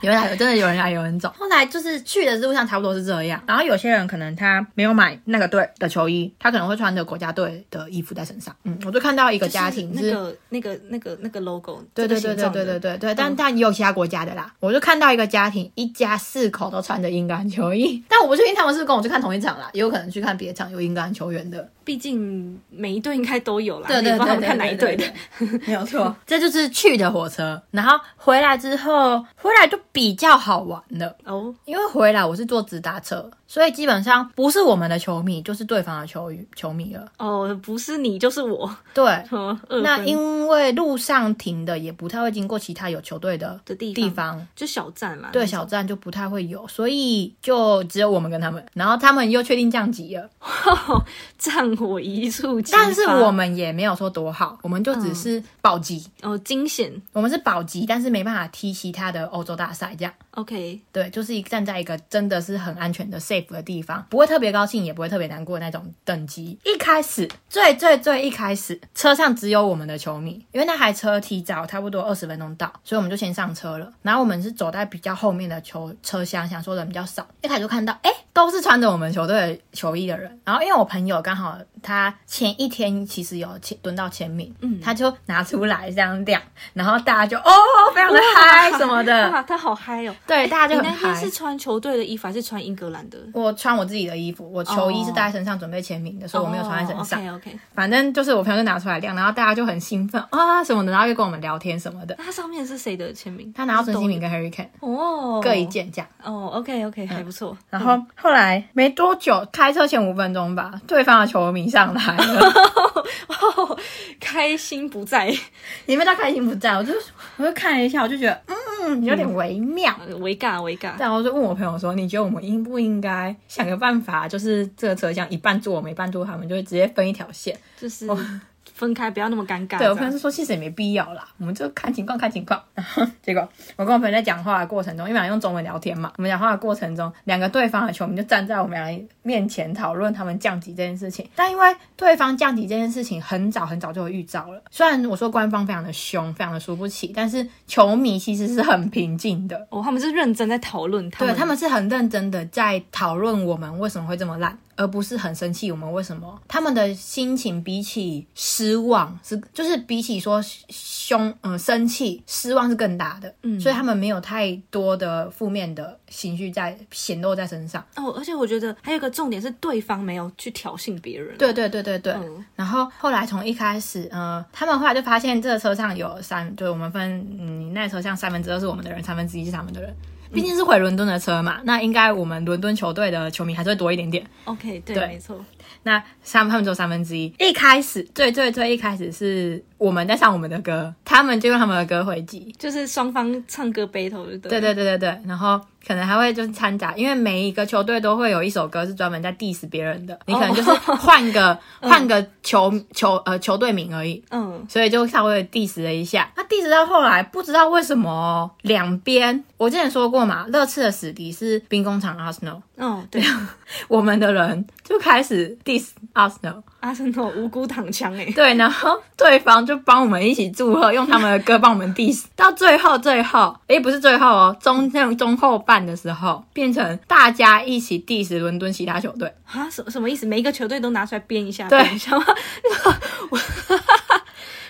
Speaker 1: 有人来有真的有人来有人走。后来就是去的路上差不多是这样，然后有些人可能他没有买那个队的球衣，他可能会穿着国家队的衣服在身上。嗯，我就看到一个家庭。
Speaker 2: 就是是那个那个那个那个 logo，
Speaker 1: 对对对对
Speaker 2: 这个形状
Speaker 1: 对对
Speaker 2: 的，
Speaker 1: 对对，但但也有其他国家的啦。我就看到一个家庭，一家四口都穿着英格兰球衣， *laughs* 但我不确定他们是不是跟我去看同一场啦，也有可能去看别场有英格兰球员的。
Speaker 2: 毕竟每一队应该都有啦，
Speaker 1: 对对
Speaker 2: 你不知道
Speaker 1: 对对，
Speaker 2: 他们看哪一队的。
Speaker 1: 对，没有错，这就是去的火车，然后回来之后，回来就比较好玩了。
Speaker 2: 哦，
Speaker 1: 因为回来我是坐直达车，所以基本上不是我们的球迷，就是对方的球球迷了。
Speaker 2: 哦，不是你就是我。 *laughs*
Speaker 1: 对，
Speaker 2: 呵二分
Speaker 1: 那因为路上停的也不太会经过其他有球队的
Speaker 2: 的地
Speaker 1: 地
Speaker 2: 方
Speaker 1: 方，
Speaker 2: 就小站啦。
Speaker 1: 对
Speaker 2: 那种
Speaker 1: 小站就不太会有，所以就只有我们跟他们，然后他们又确定降级了，
Speaker 2: 战火一触即发。
Speaker 1: 但是我们也没有说多好，我们就
Speaker 2: 嗯
Speaker 1: 只是保级，
Speaker 2: 哦惊险
Speaker 1: 我们是保级，但是没办法踢其他的欧洲大赛这样。
Speaker 2: ，OK，
Speaker 1: 对，就是一站在一个真的是很安全的 safe 的地方，不会特别高兴，也不会特别难过的那种等级。一开始最最最一开始，车上只有我们的球迷，因为那台车提早差不多二十分钟到，所以我们就先上车了。然后我们是走在比较后面的球车厢，想说人比较少，一开始就看到，哎，都是穿着我们球队的球衣的人。然后因为我朋友刚好他前一天其实有签蹲到签名，嗯，他就拿出来这样亮，然后大家就哦，非常的嗨什么
Speaker 2: *laughs*
Speaker 1: 的。
Speaker 2: 哇，他好嗨哦。
Speaker 1: 对，大家
Speaker 2: 你
Speaker 1: 呃就很
Speaker 2: 那
Speaker 1: 嗨。
Speaker 2: 天是穿球队的衣服还是穿英格兰的？
Speaker 1: 我穿我自己的衣服，我球衣
Speaker 2: 哦
Speaker 1: 是带在身上准备签名的，所以我没有穿在身上。
Speaker 2: OK OK，
Speaker 1: 反正就是我朋友就拿出来晾，然后大家就很兴奋啊什么的，然后又跟我们聊天什么的。
Speaker 2: 那它上面是谁的签名？
Speaker 1: 他拿到孙兴民跟 Harry Kane
Speaker 2: 哦，
Speaker 1: 各一件这样，嗯
Speaker 2: 哦，OK OK，还不错。
Speaker 1: 然后后来没多久，开车前五分钟吧，对方的球迷上来
Speaker 2: *laughs*
Speaker 1: 了，
Speaker 2: 哦， *laughs* 开心不在，
Speaker 1: 你们到开心不在，我就我就看了一下，我就觉得嗯有点微妙。
Speaker 2: 呃维尬维尬，
Speaker 1: 然后我就问我朋友说：“你觉得我们应不应该想个办法，就是这个车厢一半坐我们，一半坐他们，就会直接分一条线
Speaker 2: 就是分开，不要那么尴尬。
Speaker 1: 对我
Speaker 2: 这
Speaker 1: 朋友
Speaker 2: 样
Speaker 1: 就说其实也没必要啦，我们就看情况看情况。然后结果我跟我朋友在讲话的过程中，因为我们俩用中文聊天嘛，我们讲话的过程中，两个对方的球迷就站在我们俩面前讨论他们降级这件事情。但因为对方降级这件事情很早很早就有预兆了，虽然我说官方非常的凶，非常的输不起，但是球迷其实是很平静的。
Speaker 2: 哦，他们是认真在讨论他
Speaker 1: 对
Speaker 2: 们，
Speaker 1: 他们是很认真的在讨论我们为什么会这么烂，而不是很生气我们为什么。他们的心情比起失望是，就是比起说凶嗯、生气，失望是更大的。嗯，所以他们没有太多的负面的情绪在显露在身上。
Speaker 2: 哦，而且我觉得还有一个重点是，对方没有去挑衅别人。
Speaker 1: 对对对对对。
Speaker 2: 嗯
Speaker 1: 然后后来从一开始，呃，他们后来就发现这个车上有三，就是我们分，嗯，那车上三分之二是我们的人，三分之一是他们的人。毕竟是回伦敦的车嘛，那应该我们伦敦球队的球迷还是会多一点点。
Speaker 2: ，OK，对，
Speaker 1: 对
Speaker 2: 没错，
Speaker 1: 那三他们只有三分之一。一开始最最最一开始是我们在唱我们的歌，他们就用他们的歌回击。
Speaker 2: 就是双方唱歌 battle 就对。
Speaker 1: 对对对对对，然后可能还会就是掺杂，因为每一个球队都会有一首歌是专门在 diss 别人的，你可能就是换 *laughs* 个、换个球球呃球队名而已。
Speaker 2: 嗯，
Speaker 1: 所以就稍微 diss 了一下。那 diss 到后来，不知道为什么哦两边，我之前说过嘛，热刺的死敌是兵工厂 Arsenal，
Speaker 2: 嗯，对，
Speaker 1: 我们的人就开始 diss Arsenal，
Speaker 2: 阿森纳无辜躺枪哎，
Speaker 1: 对，然后对方就帮我们一起祝贺，用他们的歌帮我们 diss。到最后，最后，诶，不是最后哦，中像中后半的时候，变成大家一起 diss 伦敦其他球队。
Speaker 2: 啊，什什么意思？每一个球队都拿出来编一下，
Speaker 1: 对
Speaker 2: 编一下吗？ *laughs* 我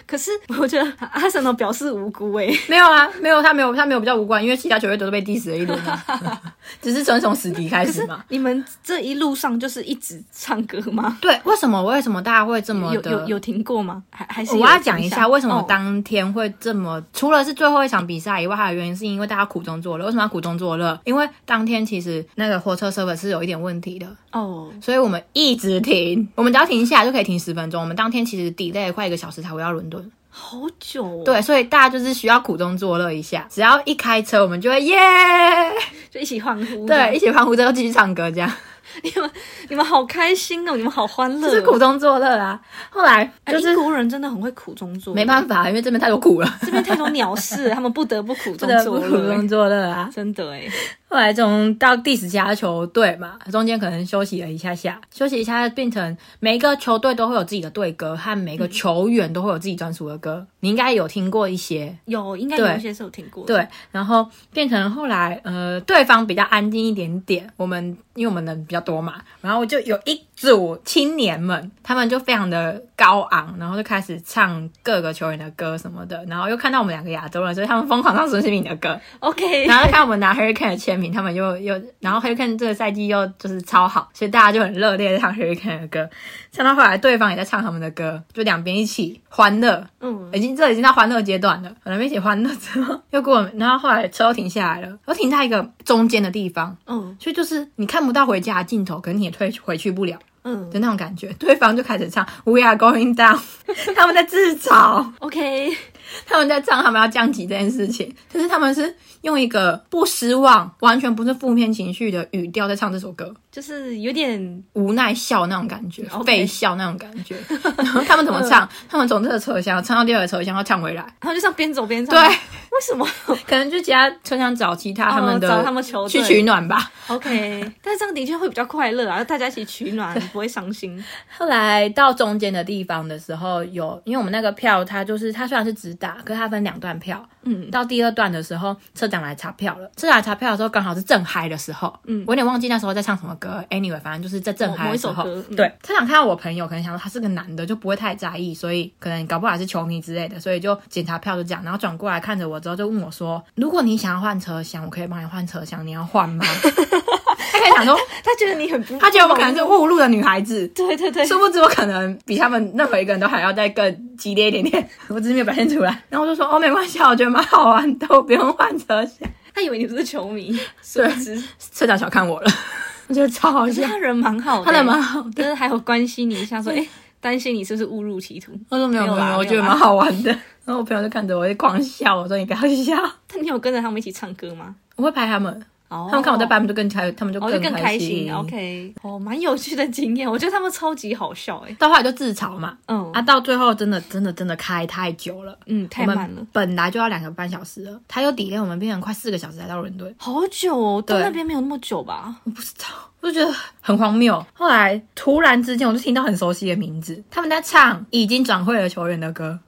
Speaker 2: 可是我觉得阿森纳表示无辜哎，
Speaker 1: 没有啊，没有，他没有，他没有比较无关，因为其他球队都是被 diss 了一轮啊，只是纯从死敌开
Speaker 2: 可
Speaker 1: 始
Speaker 2: 是
Speaker 1: 嘛。
Speaker 2: 你们这一路上就是一直唱歌吗？
Speaker 1: 对，为什么为什么大家会这么
Speaker 2: 有
Speaker 1: 的？
Speaker 2: 有有停过吗？还还是
Speaker 1: 我
Speaker 2: 有
Speaker 1: 要
Speaker 2: 停
Speaker 1: 讲一下为什么
Speaker 2: 哦
Speaker 1: 当天会这么，除了是最后一场比赛以外，还有原因是因为大家苦中作乐。为什么要苦中作乐？因为当天其实那个火车 server 是有一点问题的，
Speaker 2: 哦
Speaker 1: 所以我们一直停，我们只要停下来就可以停十分钟。我们当天其实 delay 了快一个小时才回到伦敦，
Speaker 2: 好久哦，
Speaker 1: 对，所以大家就是需要苦中作乐一下。只要一开车，我们就会耶，
Speaker 2: 就一起欢呼，
Speaker 1: 对，一，起欢呼之后继续唱歌，这样
Speaker 2: 你们你们好开心哦，你们好欢乐
Speaker 1: 就
Speaker 2: 哦，
Speaker 1: 是苦中作乐啦。后来
Speaker 2: 哎
Speaker 1: 就是
Speaker 2: 英国人真的很会苦中作乐，欸
Speaker 1: 没办法，因为这边太多苦 *laughs* 了，
Speaker 2: 这边太多鸟事，他们不得不苦
Speaker 1: 不
Speaker 2: 中
Speaker 1: 得不 *laughs*
Speaker 2: 作
Speaker 1: 苦
Speaker 2: 乐
Speaker 1: 中，作乐啊。
Speaker 2: 真的哎，
Speaker 1: 后来从到第十家球队嘛，中间可能休息了一下下，休息一下变成每一个球队都会有自己的队歌，和每个球员都会有自己专属的歌。你应该有听过一些，
Speaker 2: 有应该
Speaker 1: 对
Speaker 2: 有一些是有听过的，
Speaker 1: 对，然后变成后来呃，对方比较安静一点点，我们因为我们人比较多嘛，然后就有一组青年们，他们就非常的高昂，然后就开始唱各个球员的歌什么的，然后又看到我们两个亚洲人，所以他们疯狂唱孙兴敏的歌，
Speaker 2: ，OK，
Speaker 1: 然后看我们拿 Hurricane 的签名，他们又又，然后 Hurricane 这个赛季又就是超好，所以大家就很热烈地唱 Hurricane 的歌，唱到后来对方也在唱他们的歌，就两边一起欢乐，
Speaker 2: 嗯，
Speaker 1: 已经这已经到欢乐阶段了，两边一起欢乐之后，又过了，然后后来车又停下来了，又停在一个中间的地方，
Speaker 2: 嗯
Speaker 1: 所以就是你看不到回家的尽头，可是你也退回去不了
Speaker 2: 嗯
Speaker 1: 的那种感觉，对方就开始唱 We are going down，他 *laughs* 们在自嘲。
Speaker 2: ，OK，
Speaker 1: 他们在唱他们要降级这件事情，可是他们是用一个不失望、完全不是负面情绪的语调在唱这首歌，
Speaker 2: 就是有点
Speaker 1: 无奈笑那种感觉，
Speaker 2: OK
Speaker 1: 被笑那种感觉。 *laughs* 然后他们怎么唱？ *laughs* 他们从这个车厢唱到第二个车厢，要唱回来。
Speaker 2: 然后就像边走边唱。
Speaker 1: 对，
Speaker 2: 为什
Speaker 1: *laughs*
Speaker 2: 么？
Speaker 1: 可能就其他车厢找其他他们的、
Speaker 2: 哦找他们球队
Speaker 1: 去取暖吧。
Speaker 2: OK，但是这样的确会比较快乐啊，大家一起
Speaker 1: *laughs*
Speaker 2: 取暖，不会伤心。
Speaker 1: 后来到中间的地方的时候有，因为我们那个票它就是它虽然是直达，可是它分两段票。
Speaker 2: 嗯
Speaker 1: 到第二段的时候，车长来查票了。车长来查票的时候，刚好是正嗨的时候。嗯，我有点忘记那时候在唱什么歌。Anyway，反正就是在正嗨的时候
Speaker 2: 某某一首歌。嗯
Speaker 1: 对，车长看到我朋友，可能想说他是个男的，就不会太在意，所以可能搞不好是球迷之类的，所以就检查票就这样。然后转过来看着我之后，就问我说：“如果你想要换车厢，我可以帮你换车厢，你要换吗？” *laughs* 他可以想说，
Speaker 2: 他觉得你很不，
Speaker 1: 他觉得我可能是误入的女孩子。
Speaker 2: 对对 *laughs* 对，
Speaker 1: 殊不知我可能比他们任何一个人都还要再更激烈一点 *laughs* 点，我只是没有表现出来。然后我就说哦，没关系啊，我觉得蛮好玩的，我不用换车厢。
Speaker 2: 他以为你不是球迷，是不是？ *laughs*
Speaker 1: 车长小看我了，我觉得超好
Speaker 2: 可是
Speaker 1: 笑。
Speaker 2: 他人蛮好
Speaker 1: *laughs*
Speaker 2: 的、
Speaker 1: 他人蛮好
Speaker 2: 的，就是还有关心你一下说，哎、担心你是不是误入歧途。
Speaker 1: 我说没有
Speaker 2: 没有啦
Speaker 1: 没有，我觉
Speaker 2: 没
Speaker 1: 得
Speaker 2: 有啦
Speaker 1: 蛮好玩的。然后我朋友就看着我，就狂笑。我说你不要笑， *laughs*
Speaker 2: 但你有跟着他们一起唱歌吗？
Speaker 1: 我会拍他们，
Speaker 2: 哦，
Speaker 1: 他们看我在拍，他们就更开，他们就
Speaker 2: 哦，就更
Speaker 1: 开
Speaker 2: 开心。OK，哦，蛮有趣的经验，我觉得他们超级好笑哎、
Speaker 1: 到后来就自嘲嘛，
Speaker 2: 嗯、
Speaker 1: 啊，到最后真的真的真的开太久了，
Speaker 2: 嗯，太慢
Speaker 1: 我
Speaker 2: 了
Speaker 1: 们。本来就要两个半小时了，他又抵 y 我们变成快四个小时才到伦敦，
Speaker 2: 好久哦，到
Speaker 1: 对
Speaker 2: 那边没有那么久吧？
Speaker 1: 我不知道， *laughs* 我就觉得很荒谬。后来突然之间，我就听到很熟悉的名字，他们在唱已经转会了球员的歌，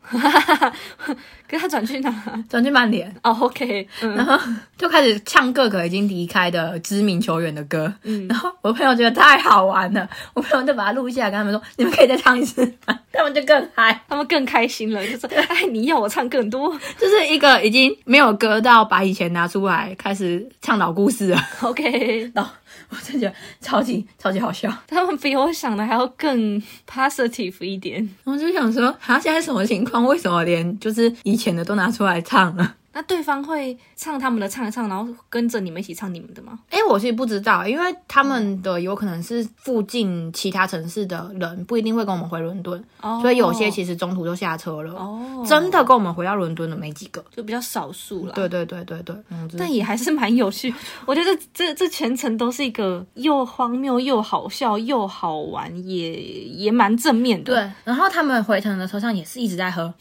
Speaker 2: 可是他转去哪？
Speaker 1: 转去曼联，
Speaker 2: *laughs* 哦，OK，嗯，
Speaker 1: 然后就开始唱各个已经离开的知名球员的歌，然后我朋友觉得太好玩了，我朋友就把它录下来，跟他们说：“你们可以再唱一次吗？” *laughs* 他们就更嗨，
Speaker 2: 他们更开心了，就是哎，你要我唱更多 *laughs*
Speaker 1: 就是一个已经没有歌到把以前拿出来开始唱老故事了， *laughs*
Speaker 2: ，OK。 *laughs*
Speaker 1: 然后我真觉得超级超级好笑，
Speaker 2: 他们比我想的还要更 positive 一点。
Speaker 1: 我就想说，啊，现在什么情况？为什么连就是以前的都拿出来唱了？
Speaker 2: 那对方会唱他们的唱一唱，然后跟着你们一起唱你们的吗？
Speaker 1: 哎、我其实不知道，因为他们的有可能是附近其他城市的人，不一定会跟我们回伦敦，
Speaker 2: 哦
Speaker 1: 所以有些其实中途就下车了。
Speaker 2: 哦，
Speaker 1: 真的跟我们回到伦敦的没几个。
Speaker 2: 就比较少数啦。
Speaker 1: 对对对对对，嗯，
Speaker 2: 但也还是蛮有 *laughs* 趣，我觉得这这全程都是一个又荒谬又好笑又好玩，也也蛮正面的。，
Speaker 1: 对。然后他们回程的车上也是一直在 *laughs* 喝。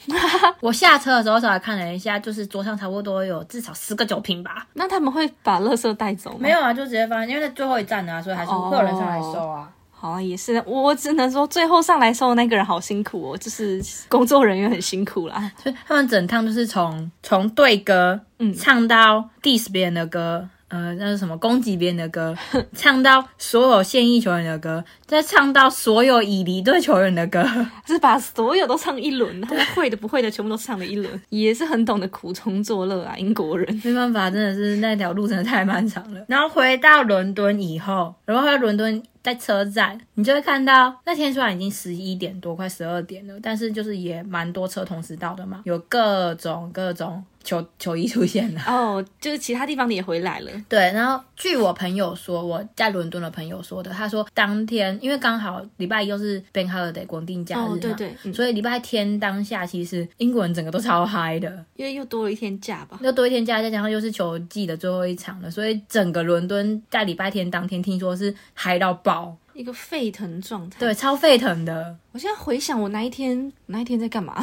Speaker 1: 我下车的时候稍微看了一下，就是桌上差不多有至少十个酒瓶吧。
Speaker 2: 那他们会把垃圾带走吗？
Speaker 1: 没有啊，就直接放，因为在最后一站啊，所以还是会有人上来收啊。
Speaker 2: 好啊，也是，我我只能说最后上来收的那个人好辛苦哦，就是工作人员很辛苦啦。 *laughs*
Speaker 1: 所以他们整趟就是从从对歌，嗯，唱到 diss 别人的歌。呃，那是什么攻击别人的歌，唱到所有现役球员的歌，再唱到所有已离队球员的歌， *laughs*
Speaker 2: 是把所有都唱一轮，他们会的不会的全部都唱了一轮，也是很懂得苦中作乐啊，英国人。
Speaker 1: 没办法，真的是那条路真的太漫长了。然后回到伦敦以后，然后回到伦敦在车站，你就会看到那天虽然已经十一点多，快十二点了，但是就是也蛮多车同时到的嘛，有各种各种球球衣出现了。
Speaker 2: 哦，就是其他地方的也回来了，
Speaker 1: 对，然后据我朋友说，我在伦敦的朋友说的，他说当天因为刚好礼拜一又是 Bank Holiday 国定假日嘛，
Speaker 2: 哦对对嗯
Speaker 1: 所以礼拜天当下其实英国人整个都超嗨的，
Speaker 2: 因为又多了一天假吧。
Speaker 1: 又多一天假，再加上又是球季的最后一场了，所以整个伦敦在礼拜天当天听说是嗨到爆，
Speaker 2: 一个沸腾状态。，
Speaker 1: 对，超沸腾的。
Speaker 2: 我现在回想我那一天，我那一天在干嘛？ *laughs*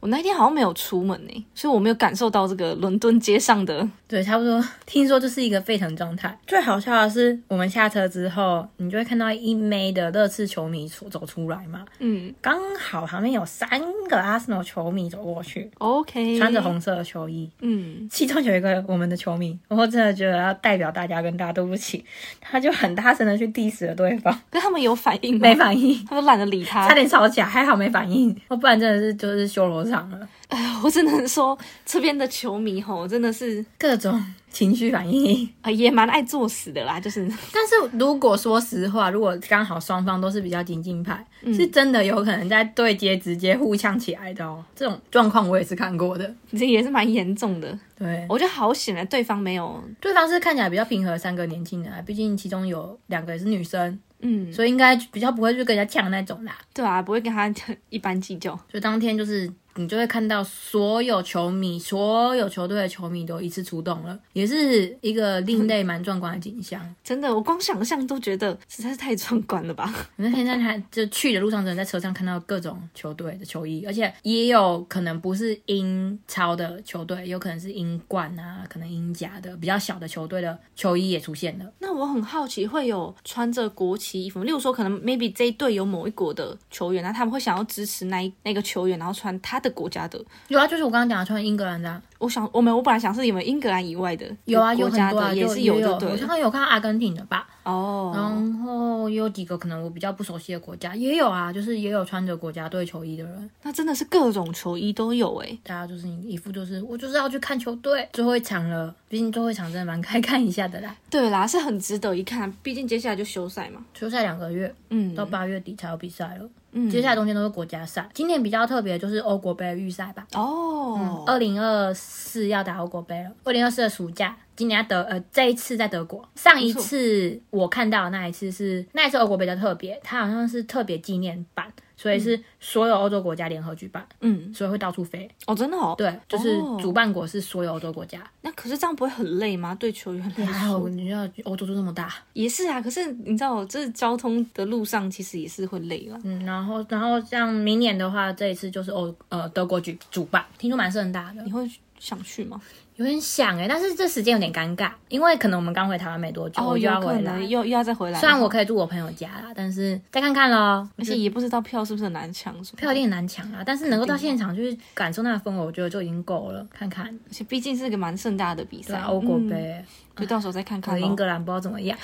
Speaker 2: 我那一天好像没有出门呢、所以我没有感受到这个伦敦街上的。
Speaker 1: 对，差不多。听说就是一个沸腾状态。最好笑的是，我们下车之后，你就会看到一枚的热刺球迷出走出来嘛，
Speaker 2: 嗯
Speaker 1: 刚好旁边有三个阿森纳球迷走过去，
Speaker 2: ，OK，
Speaker 1: 穿着，红色的球衣，
Speaker 2: 嗯，
Speaker 1: 其中有一个我们的球迷，我真的觉得要代表大家跟大家对不起，他就很大声的去 diss 了对方，
Speaker 2: 可是他们有反应吗？
Speaker 1: 没反应，
Speaker 2: 他们懒得理他
Speaker 1: 差。点吵起来，还好没反应，要不然真的是就是修罗场了，
Speaker 2: 哎，我只能说这边的球迷吼，真的是
Speaker 1: 各种情绪反应。
Speaker 2: 啊、也蛮爱作死的啦，就是
Speaker 1: 但是如果说实话，如果刚好双方都是比较激进派，是真的有可能在对接直接互呛起来的哦。这种状况我也是看过的，
Speaker 2: 这也是蛮严重的。
Speaker 1: 对。
Speaker 2: 我觉得好险啊，对方没有，
Speaker 1: 对方是看起来比较平和的三个年轻人啊，毕竟其中有两个也是女生，
Speaker 2: 嗯，
Speaker 1: 所以应该比较不会去跟人家呛那种啦。
Speaker 2: 对啊，不会跟他一般计较。
Speaker 1: 所以当天就是你就会看到所有球迷、所有球队的球迷都一次出动了，也是一个另类蛮壮观的景象。
Speaker 2: 真的，我光想象都觉得实在是太壮观了吧。 *laughs*
Speaker 1: 我那天在他就去的路上，真的在车上看到各种球队的球衣，而且也有可能不是英超的球队，有可能是英冠啊，可能英甲的比较小的球队的球衣也出现了。
Speaker 2: 那我很好奇，会有穿着国旗衣服，例如说，可能 maybe 这一队有某一国的球员，那他们会想要支持那一那个球员，然后穿他的国家的。
Speaker 1: 有啊，就是我刚刚讲的穿英格兰的啊、
Speaker 2: 我想，我们我本来想是你们英格兰以外的
Speaker 1: 有啊，有
Speaker 2: 国
Speaker 1: 很
Speaker 2: 家
Speaker 1: 多啊，
Speaker 2: 的，也是
Speaker 1: 有
Speaker 2: 就
Speaker 1: 有，
Speaker 2: 对
Speaker 1: 我刚
Speaker 2: 了
Speaker 1: 刚有看到阿根廷的吧，
Speaker 2: 哦。
Speaker 1: 然后也有几个可能我比较不熟悉的国家也有啊，就是也有穿着国家队球衣的人，
Speaker 2: 那真的是各种球衣都有欸诶、
Speaker 1: 大家就是一副就是我就是要去看球队最后一场了，毕竟最后一场真的蛮该看一下 *laughs* 的啦，
Speaker 2: 对啦，是很值得一看，毕竟接下来就休赛嘛。
Speaker 1: 休赛两个月，
Speaker 2: 嗯，
Speaker 1: 到八月底才有比赛了，
Speaker 2: 嗯
Speaker 1: 接下来中间都是国家赛。今年比较特别就是欧国杯预赛吧，
Speaker 2: 哦，
Speaker 1: 二零二四要打欧国杯了，二零二四的暑假，今年在德呃这一次在德国，上一次我看到的那一次是那一次欧国杯比较特别，它好像是特别纪念版，所以是所有欧洲国家联合举办，
Speaker 2: 嗯，
Speaker 1: 所以会到处飞。
Speaker 2: 哦，真的哦，
Speaker 1: 对，就是
Speaker 2: 哦
Speaker 1: 主办国是所有欧洲国家，
Speaker 2: 那可是这样不会很累吗？对球员来
Speaker 1: 还好
Speaker 2: 说
Speaker 1: 你知道欧洲就这么大，
Speaker 2: 也是啊。可是你知道，这交通的路上其实也是会累了。
Speaker 1: 嗯，然后然后像明年的话，这一次就是欧呃德国举主办，听说蛮盛大的
Speaker 2: 你，会想去吗？
Speaker 1: 有点想哎、但是这时间有点尴尬，因为可能我们刚回台湾没多久，我就
Speaker 2: 哦有
Speaker 1: 哦要
Speaker 2: 可
Speaker 1: 回来
Speaker 2: 能。又又要再回来。
Speaker 1: 虽然我可以住我朋友家啦，但是再看看咯。
Speaker 2: 而且也不知道票是不是很难抢什么的，
Speaker 1: 票有点难抢啊，但是能够到现场去感受那个氛围，我觉得就已经够了。看看，
Speaker 2: 而且毕竟是个蛮盛大的比
Speaker 1: 对
Speaker 2: 赛
Speaker 1: 啊，，欧国
Speaker 2: 嗯，
Speaker 1: 杯、
Speaker 2: 就到时候再看
Speaker 1: 和
Speaker 2: 看咯。
Speaker 1: 英格兰不知道怎么样。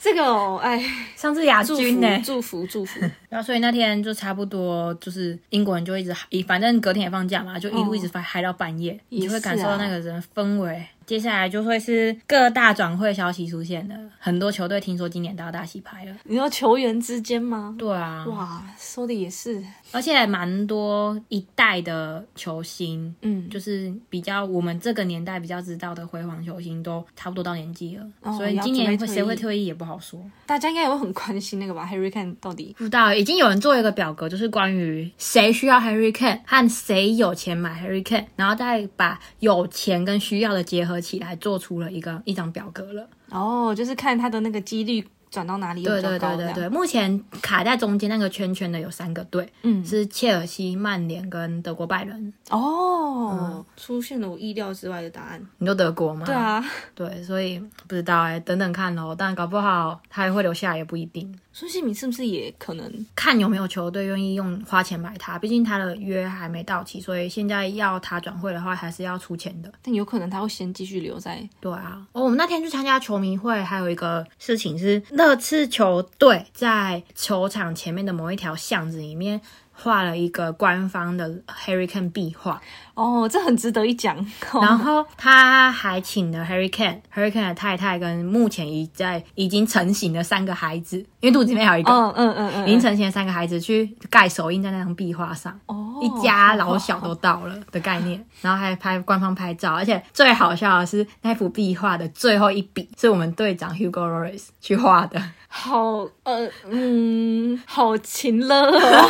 Speaker 2: 这个哦，哎，
Speaker 1: 上次亚
Speaker 2: 祝
Speaker 1: 军
Speaker 2: 福
Speaker 1: 呢、
Speaker 2: 祝福
Speaker 1: *laughs*
Speaker 2: 祝福，
Speaker 1: 然后所以那天就差不多，就是英国人就一直嗨，反正隔天也放假嘛，就一路一直嗨嗨到半夜，
Speaker 2: 也是
Speaker 1: 你
Speaker 2: 啊
Speaker 1: 会感受到那个人氛围。接下来就会是各大转会消息出现了，很多球队听说今年都要大洗牌了。
Speaker 2: 你说球员之间吗？
Speaker 1: 对啊，
Speaker 2: 哇，说的也是，
Speaker 1: 而且蛮多一代的球星，
Speaker 2: 嗯，
Speaker 1: 就是比较我们这个年代比较知道的辉煌球星，都差不多到年纪了，
Speaker 2: 哦
Speaker 1: 所以
Speaker 2: 要
Speaker 1: 今年会
Speaker 2: 准备退役
Speaker 1: 谁会退役也不好说。
Speaker 2: 大家应该也会很关心那个吧？Harry Kane 到底
Speaker 1: 不知道，已经有人做一个表格，就是关于谁需要 Harry Kane 和谁有钱买 Harry Kane，然后再把有钱跟需要的结合起来，做出了一个一张表格了。
Speaker 2: 哦，就是看他的那个几率转到哪里有
Speaker 1: 对
Speaker 2: 比较
Speaker 1: 对
Speaker 2: 高
Speaker 1: 对
Speaker 2: 这
Speaker 1: 对
Speaker 2: 样
Speaker 1: 对，目前卡在中间那个圈圈的有三个队，
Speaker 2: 嗯，
Speaker 1: 是切尔西、曼联跟德国拜仁。嗯
Speaker 2: 哦，出现了我意料之外的答案。
Speaker 1: 你说德国吗？
Speaker 2: 对啊，
Speaker 1: 对，所以不知道哎、等等看咯。但搞不好他还会留下来也不一定，
Speaker 2: 孙兴民是不是也可能？
Speaker 1: 看有没有球队愿意用花钱买他。毕竟他的约还没到期，所以现在要他转会的话，还是要出钱的。
Speaker 2: 但有可能他会先继续留在
Speaker 1: 对啊，哦，我们那天去参加球迷会，还有一个事情是，热刺球队在球场前面的某一条巷子里面画了一个官方的 Hurricane 壁画，
Speaker 2: 哦，这很值得一讲。哦
Speaker 1: *laughs* 然后他还请了 Hurricane、Hurricane 的太太跟目前已在已经成型的三个孩子，因为肚子里面还有一个。
Speaker 2: 嗯嗯嗯嗯，
Speaker 1: 已经成型的三个孩子去盖手印在那张壁画上，
Speaker 2: 哦，
Speaker 1: 一家老小都到了的概念，然后还拍官方拍照，而且最好笑的是那幅壁画的最后一笔是我们队长 Hugo Loris 去画
Speaker 2: *laughs*
Speaker 1: 的，
Speaker 2: 好呃嗯，好情乐哦。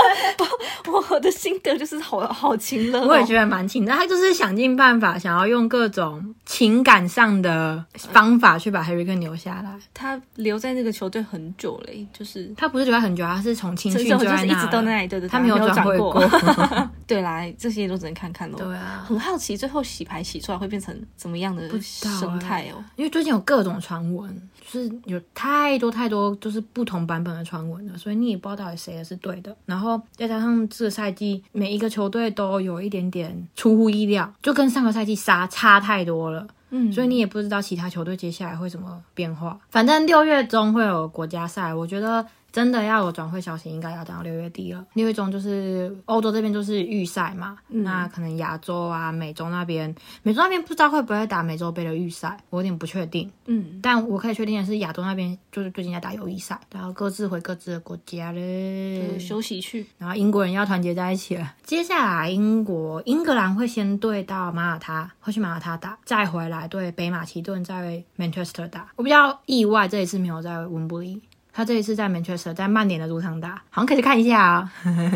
Speaker 2: *laughs* 我我的心得就是好好情乐、哦，
Speaker 1: 我也觉得蛮情的。他就是想尽办法，想要用各种情感上的方法去把 Harry Kane 留下来。
Speaker 2: 他留在那个球队很久嘞、就是
Speaker 1: 他不是留在很久，啊他是从青
Speaker 2: *laughs* 所
Speaker 1: 训
Speaker 2: 以我
Speaker 1: 就
Speaker 2: 就
Speaker 1: 在
Speaker 2: 是一直都
Speaker 1: 那了，
Speaker 2: 在那里，对对对，
Speaker 1: 啊他没有转
Speaker 2: 转
Speaker 1: 会过。
Speaker 2: *laughs*
Speaker 1: *laughs*
Speaker 2: 对啦，这些都只能看看咯。
Speaker 1: 对啊，
Speaker 2: 很好奇最后洗牌洗出来会变成怎么样的
Speaker 1: 知道啊
Speaker 2: 生态哦、
Speaker 1: 因为最近有各种传闻，就是有太多太多就是不同版本的传闻了，所以你也不知道到底谁的是对的。然后再加上这个赛季每一个球队都有一点点出乎意料，就跟上个赛季差差太多了。
Speaker 2: 嗯
Speaker 1: 所以你也不知道其他球队接下来会怎么变化。反正六月中会有国家赛，我觉得真的要有转会消息，应该要等到六月底了。六月中就是欧洲这边就是预赛嘛，那可能亚洲啊、美洲那边，美洲那边不知道会不会打美洲杯的预赛，我有点不确定。
Speaker 2: 嗯，
Speaker 1: 但我可以确定的是，亚洲那边就是最近在打友谊赛，然后各自回各自的国家嘞。
Speaker 2: 就休息
Speaker 1: *laughs*
Speaker 2: 去。
Speaker 1: 然后英国人要团结在一起了。接下来，英国英格兰会先对到马耳他，会去马耳他打，再回来对北马其顿，在 Manchester 打。我比较意外，这一次没有在温布利，他这一次在 Manchester，在曼联的主场打，好像可以去看一下啊、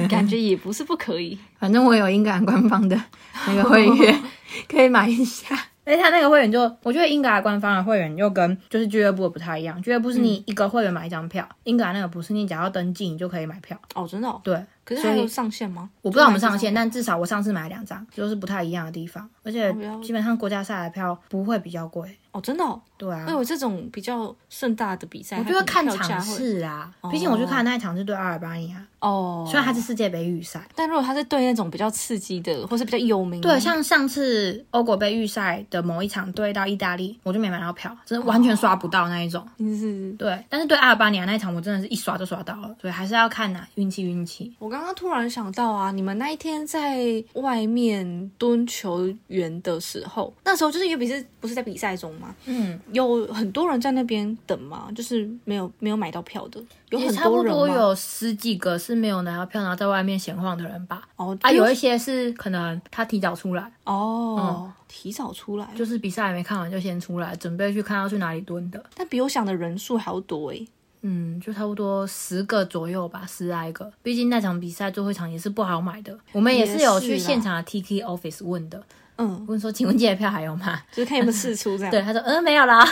Speaker 2: 感觉也不是不可以。
Speaker 1: 反正我有英格兰官方的那个会员，可以买一下。而且他那个会员就，我觉得英格兰官方的会员又跟就是俱乐部的不太一样，俱乐部是你一个会员买一张票，英格兰那个不是，你只要登记你就可以买票。
Speaker 2: 哦，真的、哦？
Speaker 1: 对，
Speaker 2: 可是
Speaker 1: 所
Speaker 2: 它
Speaker 1: 以
Speaker 2: 有上限吗？
Speaker 1: 我不知道我
Speaker 2: 啊
Speaker 1: 们上线，但至少我上次买了两张，就是不太一样的地方，而且
Speaker 2: 不要
Speaker 1: 基本上国家赛的票不会比较贵。
Speaker 2: 哦，真的、哦。
Speaker 1: 对啊
Speaker 2: 因为，我这种比较盛大的比赛，
Speaker 1: 我
Speaker 2: 它
Speaker 1: 就会
Speaker 2: 可能
Speaker 1: 看
Speaker 2: 票价
Speaker 1: 场
Speaker 2: 会
Speaker 1: 次啊
Speaker 2: 哦，
Speaker 1: 毕竟我去看的那一场是对阿尔巴尼亚，
Speaker 2: 哦。
Speaker 1: 虽然它是世界杯预赛。
Speaker 2: 但如果他是对那种比较刺激的，或是比较有名的，
Speaker 1: 对，像上次欧国杯预赛的某一场对到意大利，我就没买到票，真的完全刷不到那一种。
Speaker 2: 就是
Speaker 1: 对，但是对阿尔巴尼亚那一场，我真的是一刷就刷到了，所以还是要看呐、运气运气。
Speaker 2: 我刚刚突然想到啊，你们那一天在外面蹲球员的时候，那时候就是因为比是不是在比赛中嘛，吗？
Speaker 1: 嗯，
Speaker 2: 有很多人在那边等吗？就是没有没有买到票的，有
Speaker 1: 也
Speaker 2: 很
Speaker 1: 哎差不
Speaker 2: 人
Speaker 1: 多
Speaker 2: 吗
Speaker 1: 有十几个是没有拿到票，然后在外面闲晃的人吧。
Speaker 2: 哦
Speaker 1: 啊，有一
Speaker 2: 一
Speaker 1: 些是可能他提早出来，
Speaker 2: 哦、提早出来，
Speaker 1: 就是比赛还没看完就先出来，准备去看要去哪里蹲的。
Speaker 2: 但比我想的人数还要多欸诶。
Speaker 1: 嗯，就差不多十个左右吧，十来个。毕竟那场比赛最后一场也是不好买的，我们也是有
Speaker 2: 也
Speaker 1: 去
Speaker 2: 是啦
Speaker 1: 现场的 TK Office 问的，
Speaker 2: 嗯，
Speaker 1: 问说：“请问这的票还有吗 *laughs*
Speaker 2: 就是看有没有试出这？”样。
Speaker 1: 对，他说：“嗯，没有啦。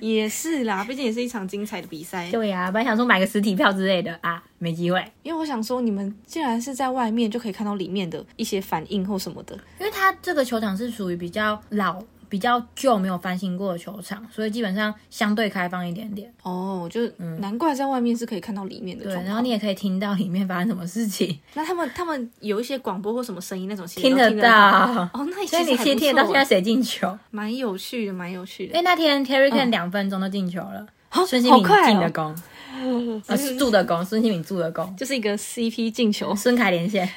Speaker 2: 也是啦，毕竟也是一场精彩的比”赛。
Speaker 1: 对呀、本来想说买个实体票之类的啊，没机会。
Speaker 2: 因为我想说，你们既然是在外面，就可以看到里面的一些反应或什么的。
Speaker 1: 因为它这个球场是属于比较老、比较旧、没有翻新过的球场，所以基本上相对开放一点点。
Speaker 2: 哦，就难怪在外面是可以看到里面的
Speaker 1: 嗯对，
Speaker 2: 状
Speaker 1: 然后
Speaker 2: 况。
Speaker 1: 你也可以听到里面发生什么事情，
Speaker 2: 那他们他们有一些广播或什么声音那种，其实
Speaker 1: 听
Speaker 2: 都
Speaker 1: 得
Speaker 2: 听得
Speaker 1: 到。
Speaker 2: 哦，那
Speaker 1: 所以你其
Speaker 2: 其实
Speaker 1: 实
Speaker 2: 听
Speaker 1: 听得到现在谁进球？
Speaker 2: 蛮有趣的，蛮有趣的
Speaker 1: 因。为那天 Terry Kane 两分钟就进球了，
Speaker 2: 好
Speaker 1: 孙兴
Speaker 2: 好
Speaker 1: 敏
Speaker 2: 快
Speaker 1: 进的
Speaker 2: 哦，
Speaker 1: *laughs* 攻，呃，是助的攻，孙兴敏助的攻，
Speaker 2: 就是一个 CP 进球。 *laughs*
Speaker 1: 孙凯连 *laughs* 线。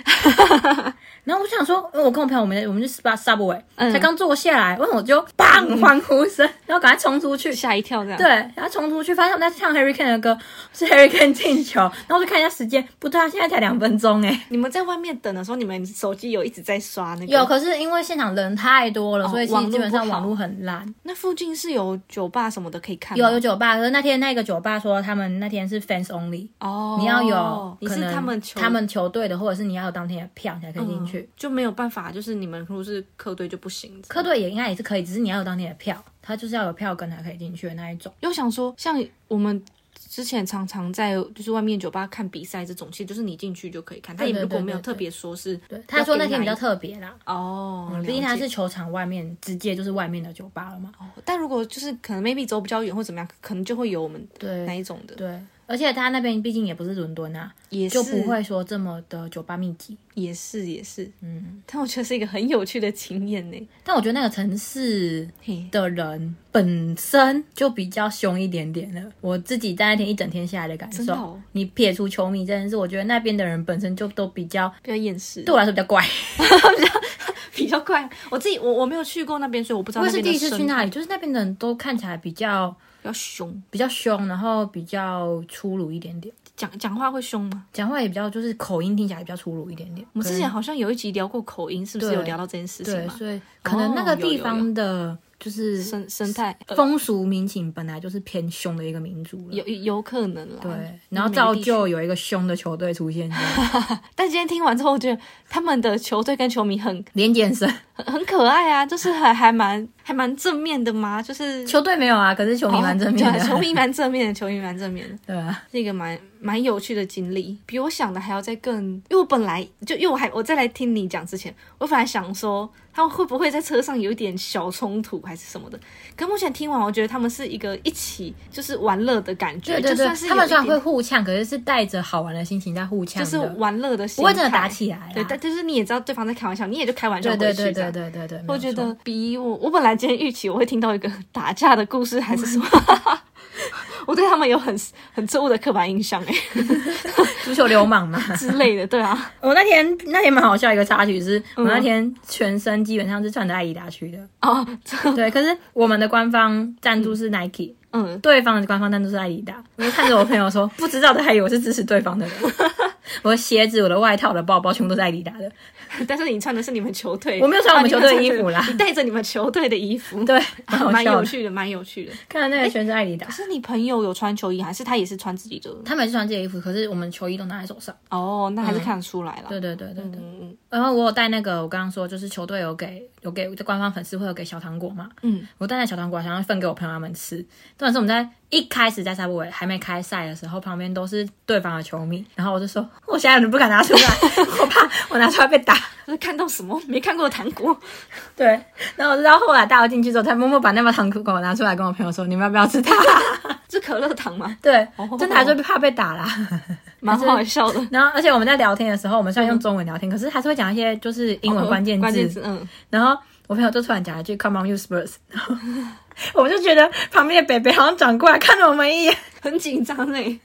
Speaker 1: 然后我就想说，呃我跟我朋友我们我们去 Sub Subway，
Speaker 2: 嗯
Speaker 1: 才刚坐下来，问我就砰欢呼声，然后赶快冲出去。
Speaker 2: 吓一跳这样。
Speaker 1: 对，然后冲出去发现我们在唱 Harry Kane 的歌，是 Harry Kane 进球，然后我就看一下时间，不对啊，现在才两分钟哎。
Speaker 2: 你们在外面等的时候，你们手机有一直在刷那个？
Speaker 1: 有，。可是因为现场人太多了，
Speaker 2: 哦
Speaker 1: 所以其
Speaker 2: 网
Speaker 1: 实
Speaker 2: 络
Speaker 1: 基本上
Speaker 2: 不好
Speaker 1: 网络很烂。
Speaker 2: 那附近是有酒吧什么的可以看吗。
Speaker 1: 有有酒吧，可是那天那个酒吧说他们那天是 fans only，
Speaker 2: 哦，
Speaker 1: 你要有
Speaker 2: 你
Speaker 1: 可
Speaker 2: 是
Speaker 1: 能
Speaker 2: 他们球
Speaker 1: 他们球队的，或者是你要有当天的票你才可以进去。
Speaker 2: 嗯就没有办法，就是你们如果是客队就不行。
Speaker 1: 客队也应该也是可以，只是你要有当天的票，他就是要有票根才可以进去的那一种。
Speaker 2: 又想说，像我们之前常常在就是外面酒吧看比赛这种，其实就是你进去就可以看，但
Speaker 1: 对
Speaker 2: 也
Speaker 1: 对
Speaker 2: 如果
Speaker 1: 对
Speaker 2: 没有
Speaker 1: 对
Speaker 2: 特别说是
Speaker 1: 对，他说那天比较特别啦，
Speaker 2: 哦，
Speaker 1: 毕竟
Speaker 2: 了
Speaker 1: 他
Speaker 2: 解
Speaker 1: 是球场外面，直接就是外面的酒吧了嘛。
Speaker 2: 哦但如果就是可能 maybe 走比较远或怎么样，可能就会有我们
Speaker 1: 对
Speaker 2: 哪一种的，
Speaker 1: 对，而且他那边毕竟也不是伦敦啊，
Speaker 2: 也
Speaker 1: 就不
Speaker 2: 是
Speaker 1: 会说这么的酒吧密集。
Speaker 2: 也是也是，
Speaker 1: 嗯，
Speaker 2: *laughs* 但我觉得是一个很有趣的经验呢。
Speaker 1: 但我觉得那个城市
Speaker 2: 嘿，
Speaker 1: 的人本身就比较凶一点点了。我自己在那天一整天下来的感
Speaker 2: 真
Speaker 1: 受，
Speaker 2: 的哦
Speaker 1: 你撇除球迷这件事，我觉得那边的人本身就都比较，
Speaker 2: 比较厌世，
Speaker 1: 对我来说比较怪。
Speaker 2: 比较快。我自己我我没有去过那边，所以我不知道
Speaker 1: 我也
Speaker 2: 那
Speaker 1: 是
Speaker 2: 边
Speaker 1: 第
Speaker 2: 的
Speaker 1: 一次去
Speaker 2: 生
Speaker 1: 那里，就是那边的人都看起来比较
Speaker 2: 比较凶，
Speaker 1: 比较凶，然后比较粗鲁一点点，
Speaker 2: 讲讲话会凶吗？
Speaker 1: 讲话也比较就是口音听起来比较粗鲁一点点。
Speaker 2: 我们之前好像有一集聊过口音，是不是
Speaker 1: 对
Speaker 2: 有聊到这件事情
Speaker 1: 对，
Speaker 2: 嘛？
Speaker 1: 所以可能那
Speaker 2: 哦
Speaker 1: 个
Speaker 2: 有有
Speaker 1: 地方的就是
Speaker 2: 生生态呃
Speaker 1: 风俗民情本来就是偏凶的一个民族了。
Speaker 2: 有有可能啦。
Speaker 1: 对，然后
Speaker 2: 每个
Speaker 1: 造
Speaker 2: 地区
Speaker 1: 就有一个凶的球队出
Speaker 2: *laughs*
Speaker 1: 现，
Speaker 2: 但今天听完之后，我觉得他们的球队跟球迷很 *laughs*
Speaker 1: 连眼神。
Speaker 2: 很很可爱啊，就是还还蛮还蛮正面的嘛，就是
Speaker 1: 球队没有啊，可是球迷蛮正面
Speaker 2: 哦对
Speaker 1: 的。
Speaker 2: 啊球迷蛮正面的，球迷蛮正面的，
Speaker 1: 对啊，
Speaker 2: 是一个蛮蛮有趣的经历，比我想的还要再更，因为我本来就因为我还我再来听你讲之前，我本来想说他们会不会在车上有一点小冲突还是什么的，可目前听完，我觉得他们是一个一起就是玩乐的感觉，
Speaker 1: 对对
Speaker 2: 就算是
Speaker 1: 对，他们
Speaker 2: 有一
Speaker 1: 虽然
Speaker 2: 点
Speaker 1: 会互呛，可是是带着好玩的心情在互呛
Speaker 2: 就
Speaker 1: 的，
Speaker 2: 是玩乐的心态，
Speaker 1: 不会真的打起来啦。
Speaker 2: 对，但就是你也知道对方在开玩笑，你也就开玩笑
Speaker 1: 对
Speaker 2: 回去
Speaker 1: 对对
Speaker 2: 这样
Speaker 1: 对对对对，没
Speaker 2: 我
Speaker 1: 有
Speaker 2: 觉
Speaker 1: 错
Speaker 2: 得比我我本来今天预期我会听到一个打架的故事
Speaker 1: *laughs*
Speaker 2: 还是什么，我对他们有很很错误的刻板
Speaker 1: *laughs*
Speaker 2: 印象哎
Speaker 1: 足球流氓
Speaker 2: *laughs*
Speaker 1: 嘛。
Speaker 2: 之类的，对啊，
Speaker 1: 我那天那天蛮好笑一个插曲是，我
Speaker 2: 嗯
Speaker 1: 那天全身基本上是穿着爱迪达去的，
Speaker 2: 哦，这
Speaker 1: 对。可是我们的官方赞助是 Nike，、
Speaker 2: 嗯，
Speaker 1: 对方的官方赞助是爱迪达。我就看着我朋友 *laughs* 说，不知道的还以为我是支持对方的人。我的鞋子、我的外套、我的包包，全部都是爱迪达的。
Speaker 2: 但是你穿的是你们球队，
Speaker 1: 我没有穿我们
Speaker 2: 啊
Speaker 1: 球队的衣服啦
Speaker 2: 你带着你们球队的衣服，啊
Speaker 1: 对， *laughs* 蛮好
Speaker 2: 蛮
Speaker 1: 笑
Speaker 2: 有
Speaker 1: 的。
Speaker 2: 趣的，蛮有趣的。
Speaker 1: 看到那个全是爱迪达，
Speaker 2: 是你朋友有穿球衣，还是他也是穿自己的？
Speaker 1: 他们也是穿这些衣服，可是我们球衣都拿在手上。
Speaker 2: 哦，那还是看得出来啦。
Speaker 1: 对对对对对。
Speaker 2: 嗯嗯
Speaker 1: 然后我有带那个，我刚刚说就是球队有给有给官方粉丝会有给小糖果嘛，
Speaker 2: 嗯，
Speaker 1: 我带那小糖果想要分给我朋友他们吃。重点是我们在一开始在沙布韦还没开赛的时候，旁边都是对方的球迷，然后我就说，我现在都不敢拿出来， *laughs* 我怕我拿出来被打。
Speaker 2: 就是看到什么没看过的糖果，
Speaker 1: 对，然后我直到后来带我进去之后，才默默把那包糖果拿出来跟我朋友说，你们要不要吃它？ *laughs*
Speaker 2: 是可乐糖吗？
Speaker 1: 对
Speaker 2: 哦，
Speaker 1: 真的还是怕被打啦。 *laughs*
Speaker 2: 蛮好笑的。
Speaker 1: 然后，而且我们在聊天的时候，我们虽然用中文聊天，可是还是会讲一些就是英文关键字。
Speaker 2: 关键字，嗯，
Speaker 1: 然后我朋友就突然讲了一句 “Come on, you Spurs”，然 *laughs* 后我就觉得旁边的北北好像转过来看了我们一眼， *laughs*
Speaker 2: 很紧张哎，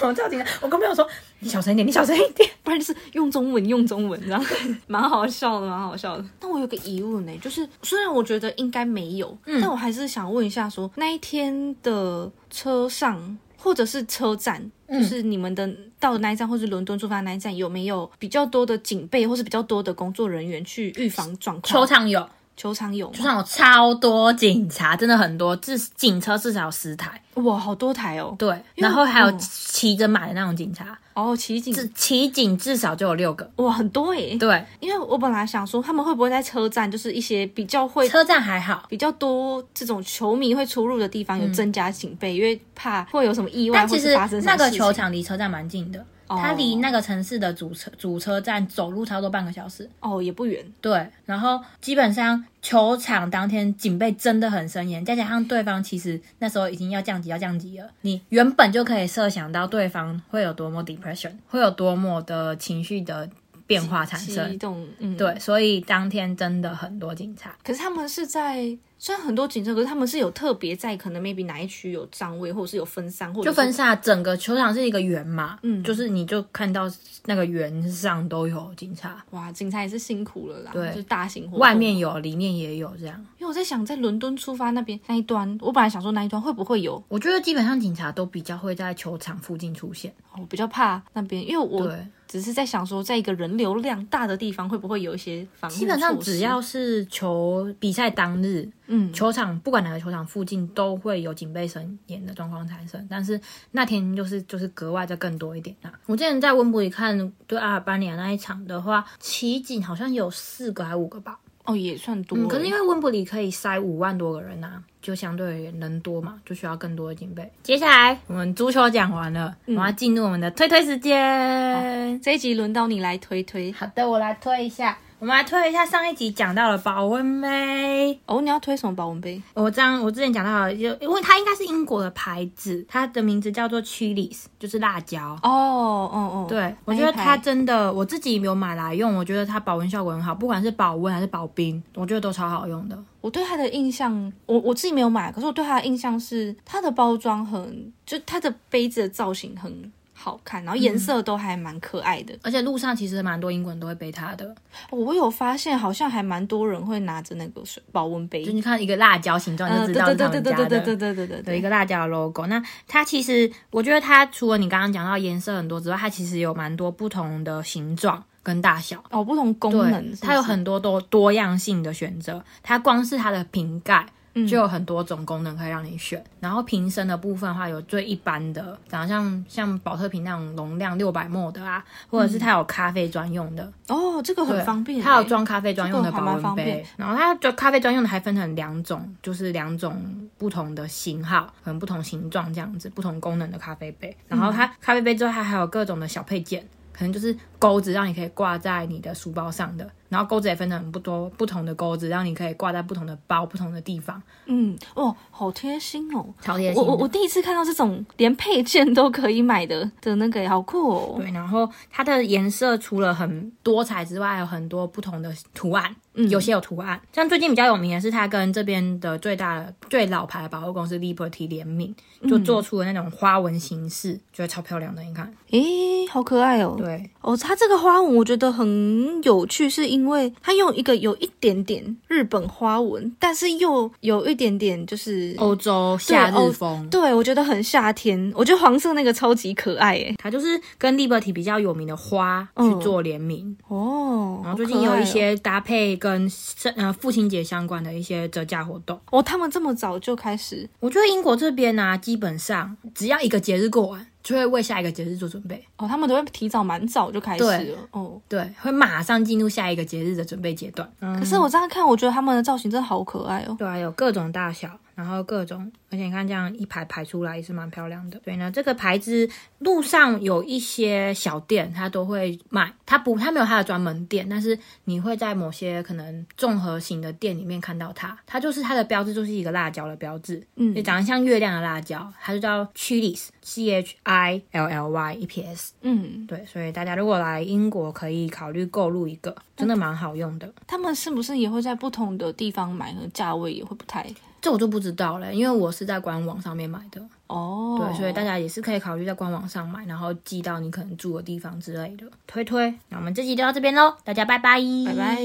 Speaker 1: 我超紧张。我跟朋友说：“你小声一点，你小声一点。
Speaker 2: 不然就是用中文用中文，这样蛮好笑的，蛮好笑的。那我有个疑问呢、就是虽然我觉得应该没有，但我还是想问一下说那一天的车上。或者是车站，就是你们的到的那一站，或是伦敦出发的那一站，有没有比较多的警备，或是比较多的工作人员去预防状”况？
Speaker 1: *laughs* 球场有，
Speaker 2: 球场有
Speaker 1: 球
Speaker 2: 吗？
Speaker 1: 场有超多警察，真的很多，至警车至少有十台，
Speaker 2: 哇，好多台哦！
Speaker 1: 对，然后还有
Speaker 2: 嗯
Speaker 1: 骑着马的那种警察，
Speaker 2: 哦，骑警
Speaker 1: 至骑警至少就有六个，
Speaker 2: 哇，很多耶！
Speaker 1: 对，
Speaker 2: 因为我本来想说，他们会不会在车站，就是一些比较会
Speaker 1: 车站还好。
Speaker 2: 比较多这种球迷会出入的地方有增加警备，因为怕会有什么意外
Speaker 1: 嗯但
Speaker 2: 或
Speaker 1: 其
Speaker 2: 是
Speaker 1: 实
Speaker 2: 发生什么
Speaker 1: 那个
Speaker 2: 事
Speaker 1: 球
Speaker 2: 情
Speaker 1: 场离车站蛮近的，
Speaker 2: 哦
Speaker 1: 它离那个城市的主车主车站走路差不多半个小时。
Speaker 2: 哦也不远，
Speaker 1: 对，然后基本上球场当天警备真的很森严，再加上对方其实那时候已经要降级，要降级了，你原本就可以设想到对方会有多么 depression，会有多么的情绪的变化产
Speaker 2: 激
Speaker 1: 生。
Speaker 2: 动嗯。
Speaker 1: 对，所以当天真的很多警察，
Speaker 2: 可是他们是在虽然很多警车，可是他们是有特别在可能 maybe 哪一区有站位，或者是有分散，或者
Speaker 1: 就是分散整个球场是一个圆嘛，
Speaker 2: 嗯
Speaker 1: 就是你就看到那个圆上都有警察，
Speaker 2: 哇，警察也是辛苦了啦，
Speaker 1: 对
Speaker 2: 就是大型活动
Speaker 1: 外面有，里面也有这样。
Speaker 2: 因为我在想，在伦敦出发那边那一端，我本来想说那一端会不会有，
Speaker 1: 我觉得基本上警察都比较会在球场附近出现，
Speaker 2: 我比较怕那边，因为我
Speaker 1: 对，
Speaker 2: 只是在想说，在一个人流量大的地方，会不会有一些防护
Speaker 1: 基本上
Speaker 2: 措施
Speaker 1: 只要是球比赛当日，
Speaker 2: 嗯
Speaker 1: 球场不管哪个球场附近都会有警备森严的状况产生，但是那天就是就是格外的更多一点啊。我之前在温布里看对阿尔巴尼亚那一场的话，骑警好像有四个还五个吧，
Speaker 2: 哦也算多了、
Speaker 1: 嗯，可是因为温布里可以塞五万多个人啊，就相对而言人多嘛，就需要更多的警备。接下来嗯我们足球讲完了，我们要进入我们的推推时间。
Speaker 2: 这一集轮到你来推推
Speaker 1: 好的，我来推一下，我们来推一下上一集讲到了保温杯。
Speaker 2: 哦，你要推什么保温杯？
Speaker 1: 哦我这样，我之前讲到了，就因为它应该是英国的牌子，它的名字叫做 Chili's，就是辣椒。
Speaker 2: 哦哦哦，
Speaker 1: 对，我
Speaker 2: 那一
Speaker 1: 觉得
Speaker 2: 排
Speaker 1: 它真的，我自己有买来用，我觉得它保温效果很好，不管是保温还是保冰，我觉得都超好用的。
Speaker 2: 我对它的印象，我我自己没有买，可是我对它的印象是它的包装很，就它的杯子的造型很好看，然后颜色都还蛮可爱的。
Speaker 1: 而且路上其实蛮多英国人都会背它的，
Speaker 2: 哦我有发现，好像还蛮多人会拿着那个水保温杯
Speaker 1: 就。你看一个辣椒形状
Speaker 2: 嗯，
Speaker 1: 就
Speaker 2: 对
Speaker 1: 知道是
Speaker 2: 对
Speaker 1: 他
Speaker 2: 对对
Speaker 1: 们
Speaker 2: 对
Speaker 1: 家
Speaker 2: 对对
Speaker 1: 的。
Speaker 2: 对对对
Speaker 1: 有一
Speaker 2: 对，
Speaker 1: 个辣椒的 logo，那它其实我觉得它除了你刚刚讲到颜色很多之外，它其实有蛮多不同的形状跟大小，
Speaker 2: 哦，不同功能是
Speaker 1: 对
Speaker 2: 不，是，
Speaker 1: 它有很多多多样性的选择。它光是它的瓶盖就有很多种功能可以让你选，然后瓶身的部分的话，有最一般的，长得像像保特瓶那种容量六百 ml 的啊，或者是它有咖啡专用的，
Speaker 2: 哦，这个很
Speaker 1: 对
Speaker 2: 方便欸，
Speaker 1: 它有装咖啡专用的
Speaker 2: 这个还
Speaker 1: 保
Speaker 2: 蛮
Speaker 1: 温
Speaker 2: 方便
Speaker 1: 杯，然后它就咖啡专用的还分成两种，就是两种不同的型号，可能不同形状这样子，不同功能的咖啡杯。然后它
Speaker 2: 嗯
Speaker 1: 咖啡杯之后，它还有各种的小配件，可能就是钩子，让你可以挂在你的书包上的。然后钩子也分成很不多不同的钩子，让你可以挂在不同的包、不同的地方。
Speaker 2: 嗯，哦，好贴心哦。
Speaker 1: 超贴
Speaker 2: 我
Speaker 1: 心的
Speaker 2: 我我第一次看到这种连配件都可以买的 *laughs* 的那个耶，好酷哦！
Speaker 1: 对，然后它的颜色除了很多彩之外，有很多不同的图案，有些有图案。像最近比较有名的是，它跟这边的最大的、最老牌的百货公司 Liberty 联名，就做出了那种花纹形式，觉得超漂亮的。你看，
Speaker 2: 诶，好可爱哦！
Speaker 1: 对，
Speaker 2: 哦，它这个花纹我觉得很有趣，是因为它用一个有一点点日本花纹，但是又有一点点就是
Speaker 1: 欧洲夏
Speaker 2: 对
Speaker 1: 日
Speaker 2: 欧
Speaker 1: 风。
Speaker 2: 对我觉得很夏天。我觉得黄色那个超级可爱诶。
Speaker 1: 它就是跟 Liberty 比较有名的花去
Speaker 2: 嗯
Speaker 1: 做联名，
Speaker 2: 哦，
Speaker 1: 然后
Speaker 2: 好
Speaker 1: 最
Speaker 2: 可
Speaker 1: 近有
Speaker 2: 爱
Speaker 1: 一
Speaker 2: 哦
Speaker 1: 些搭配跟圣呃父亲节相关的一些折价活动。
Speaker 2: 哦，他们这么早就开始
Speaker 1: 我觉得英国这边呢、基本上只要一个节日过完，就会为下一个节日做准备。
Speaker 2: 哦，他们都会提早蛮早就开始
Speaker 1: 对
Speaker 2: 了哦。
Speaker 1: 对，会马上进入下一个节日的准备阶段。嗯，
Speaker 2: 可是我这样看，我觉得他们的造型真的好可爱哦。
Speaker 1: 对啊，有各种大小，然后各种，而且你看这样一排排出来也是蛮漂亮的。所以呢，这个牌子路上有一些小店，它都会卖，它不它没有它的专门店，但是你会在某些可能综合型的店里面看到它。它就是它的标志就是一个辣椒的标志，嗯，就长得像月亮的辣椒，它就叫 Chili's，C H I L L Y E P S。
Speaker 2: 嗯，
Speaker 1: 对，所以大家如果来英国，可以考虑购入一个，真的蛮好用的。
Speaker 2: 他们是不是也会在不同的地方买，和价位也会不太？
Speaker 1: 这我就不知道了，因为我是在官网上面买的，
Speaker 2: 哦，
Speaker 1: 对，所以大
Speaker 2: 家
Speaker 1: 家也是可以考虑在官网上买，然后寄到你可能住的地方之类的。推推，那我们这集就到这边喽，大家拜拜，
Speaker 2: 拜拜。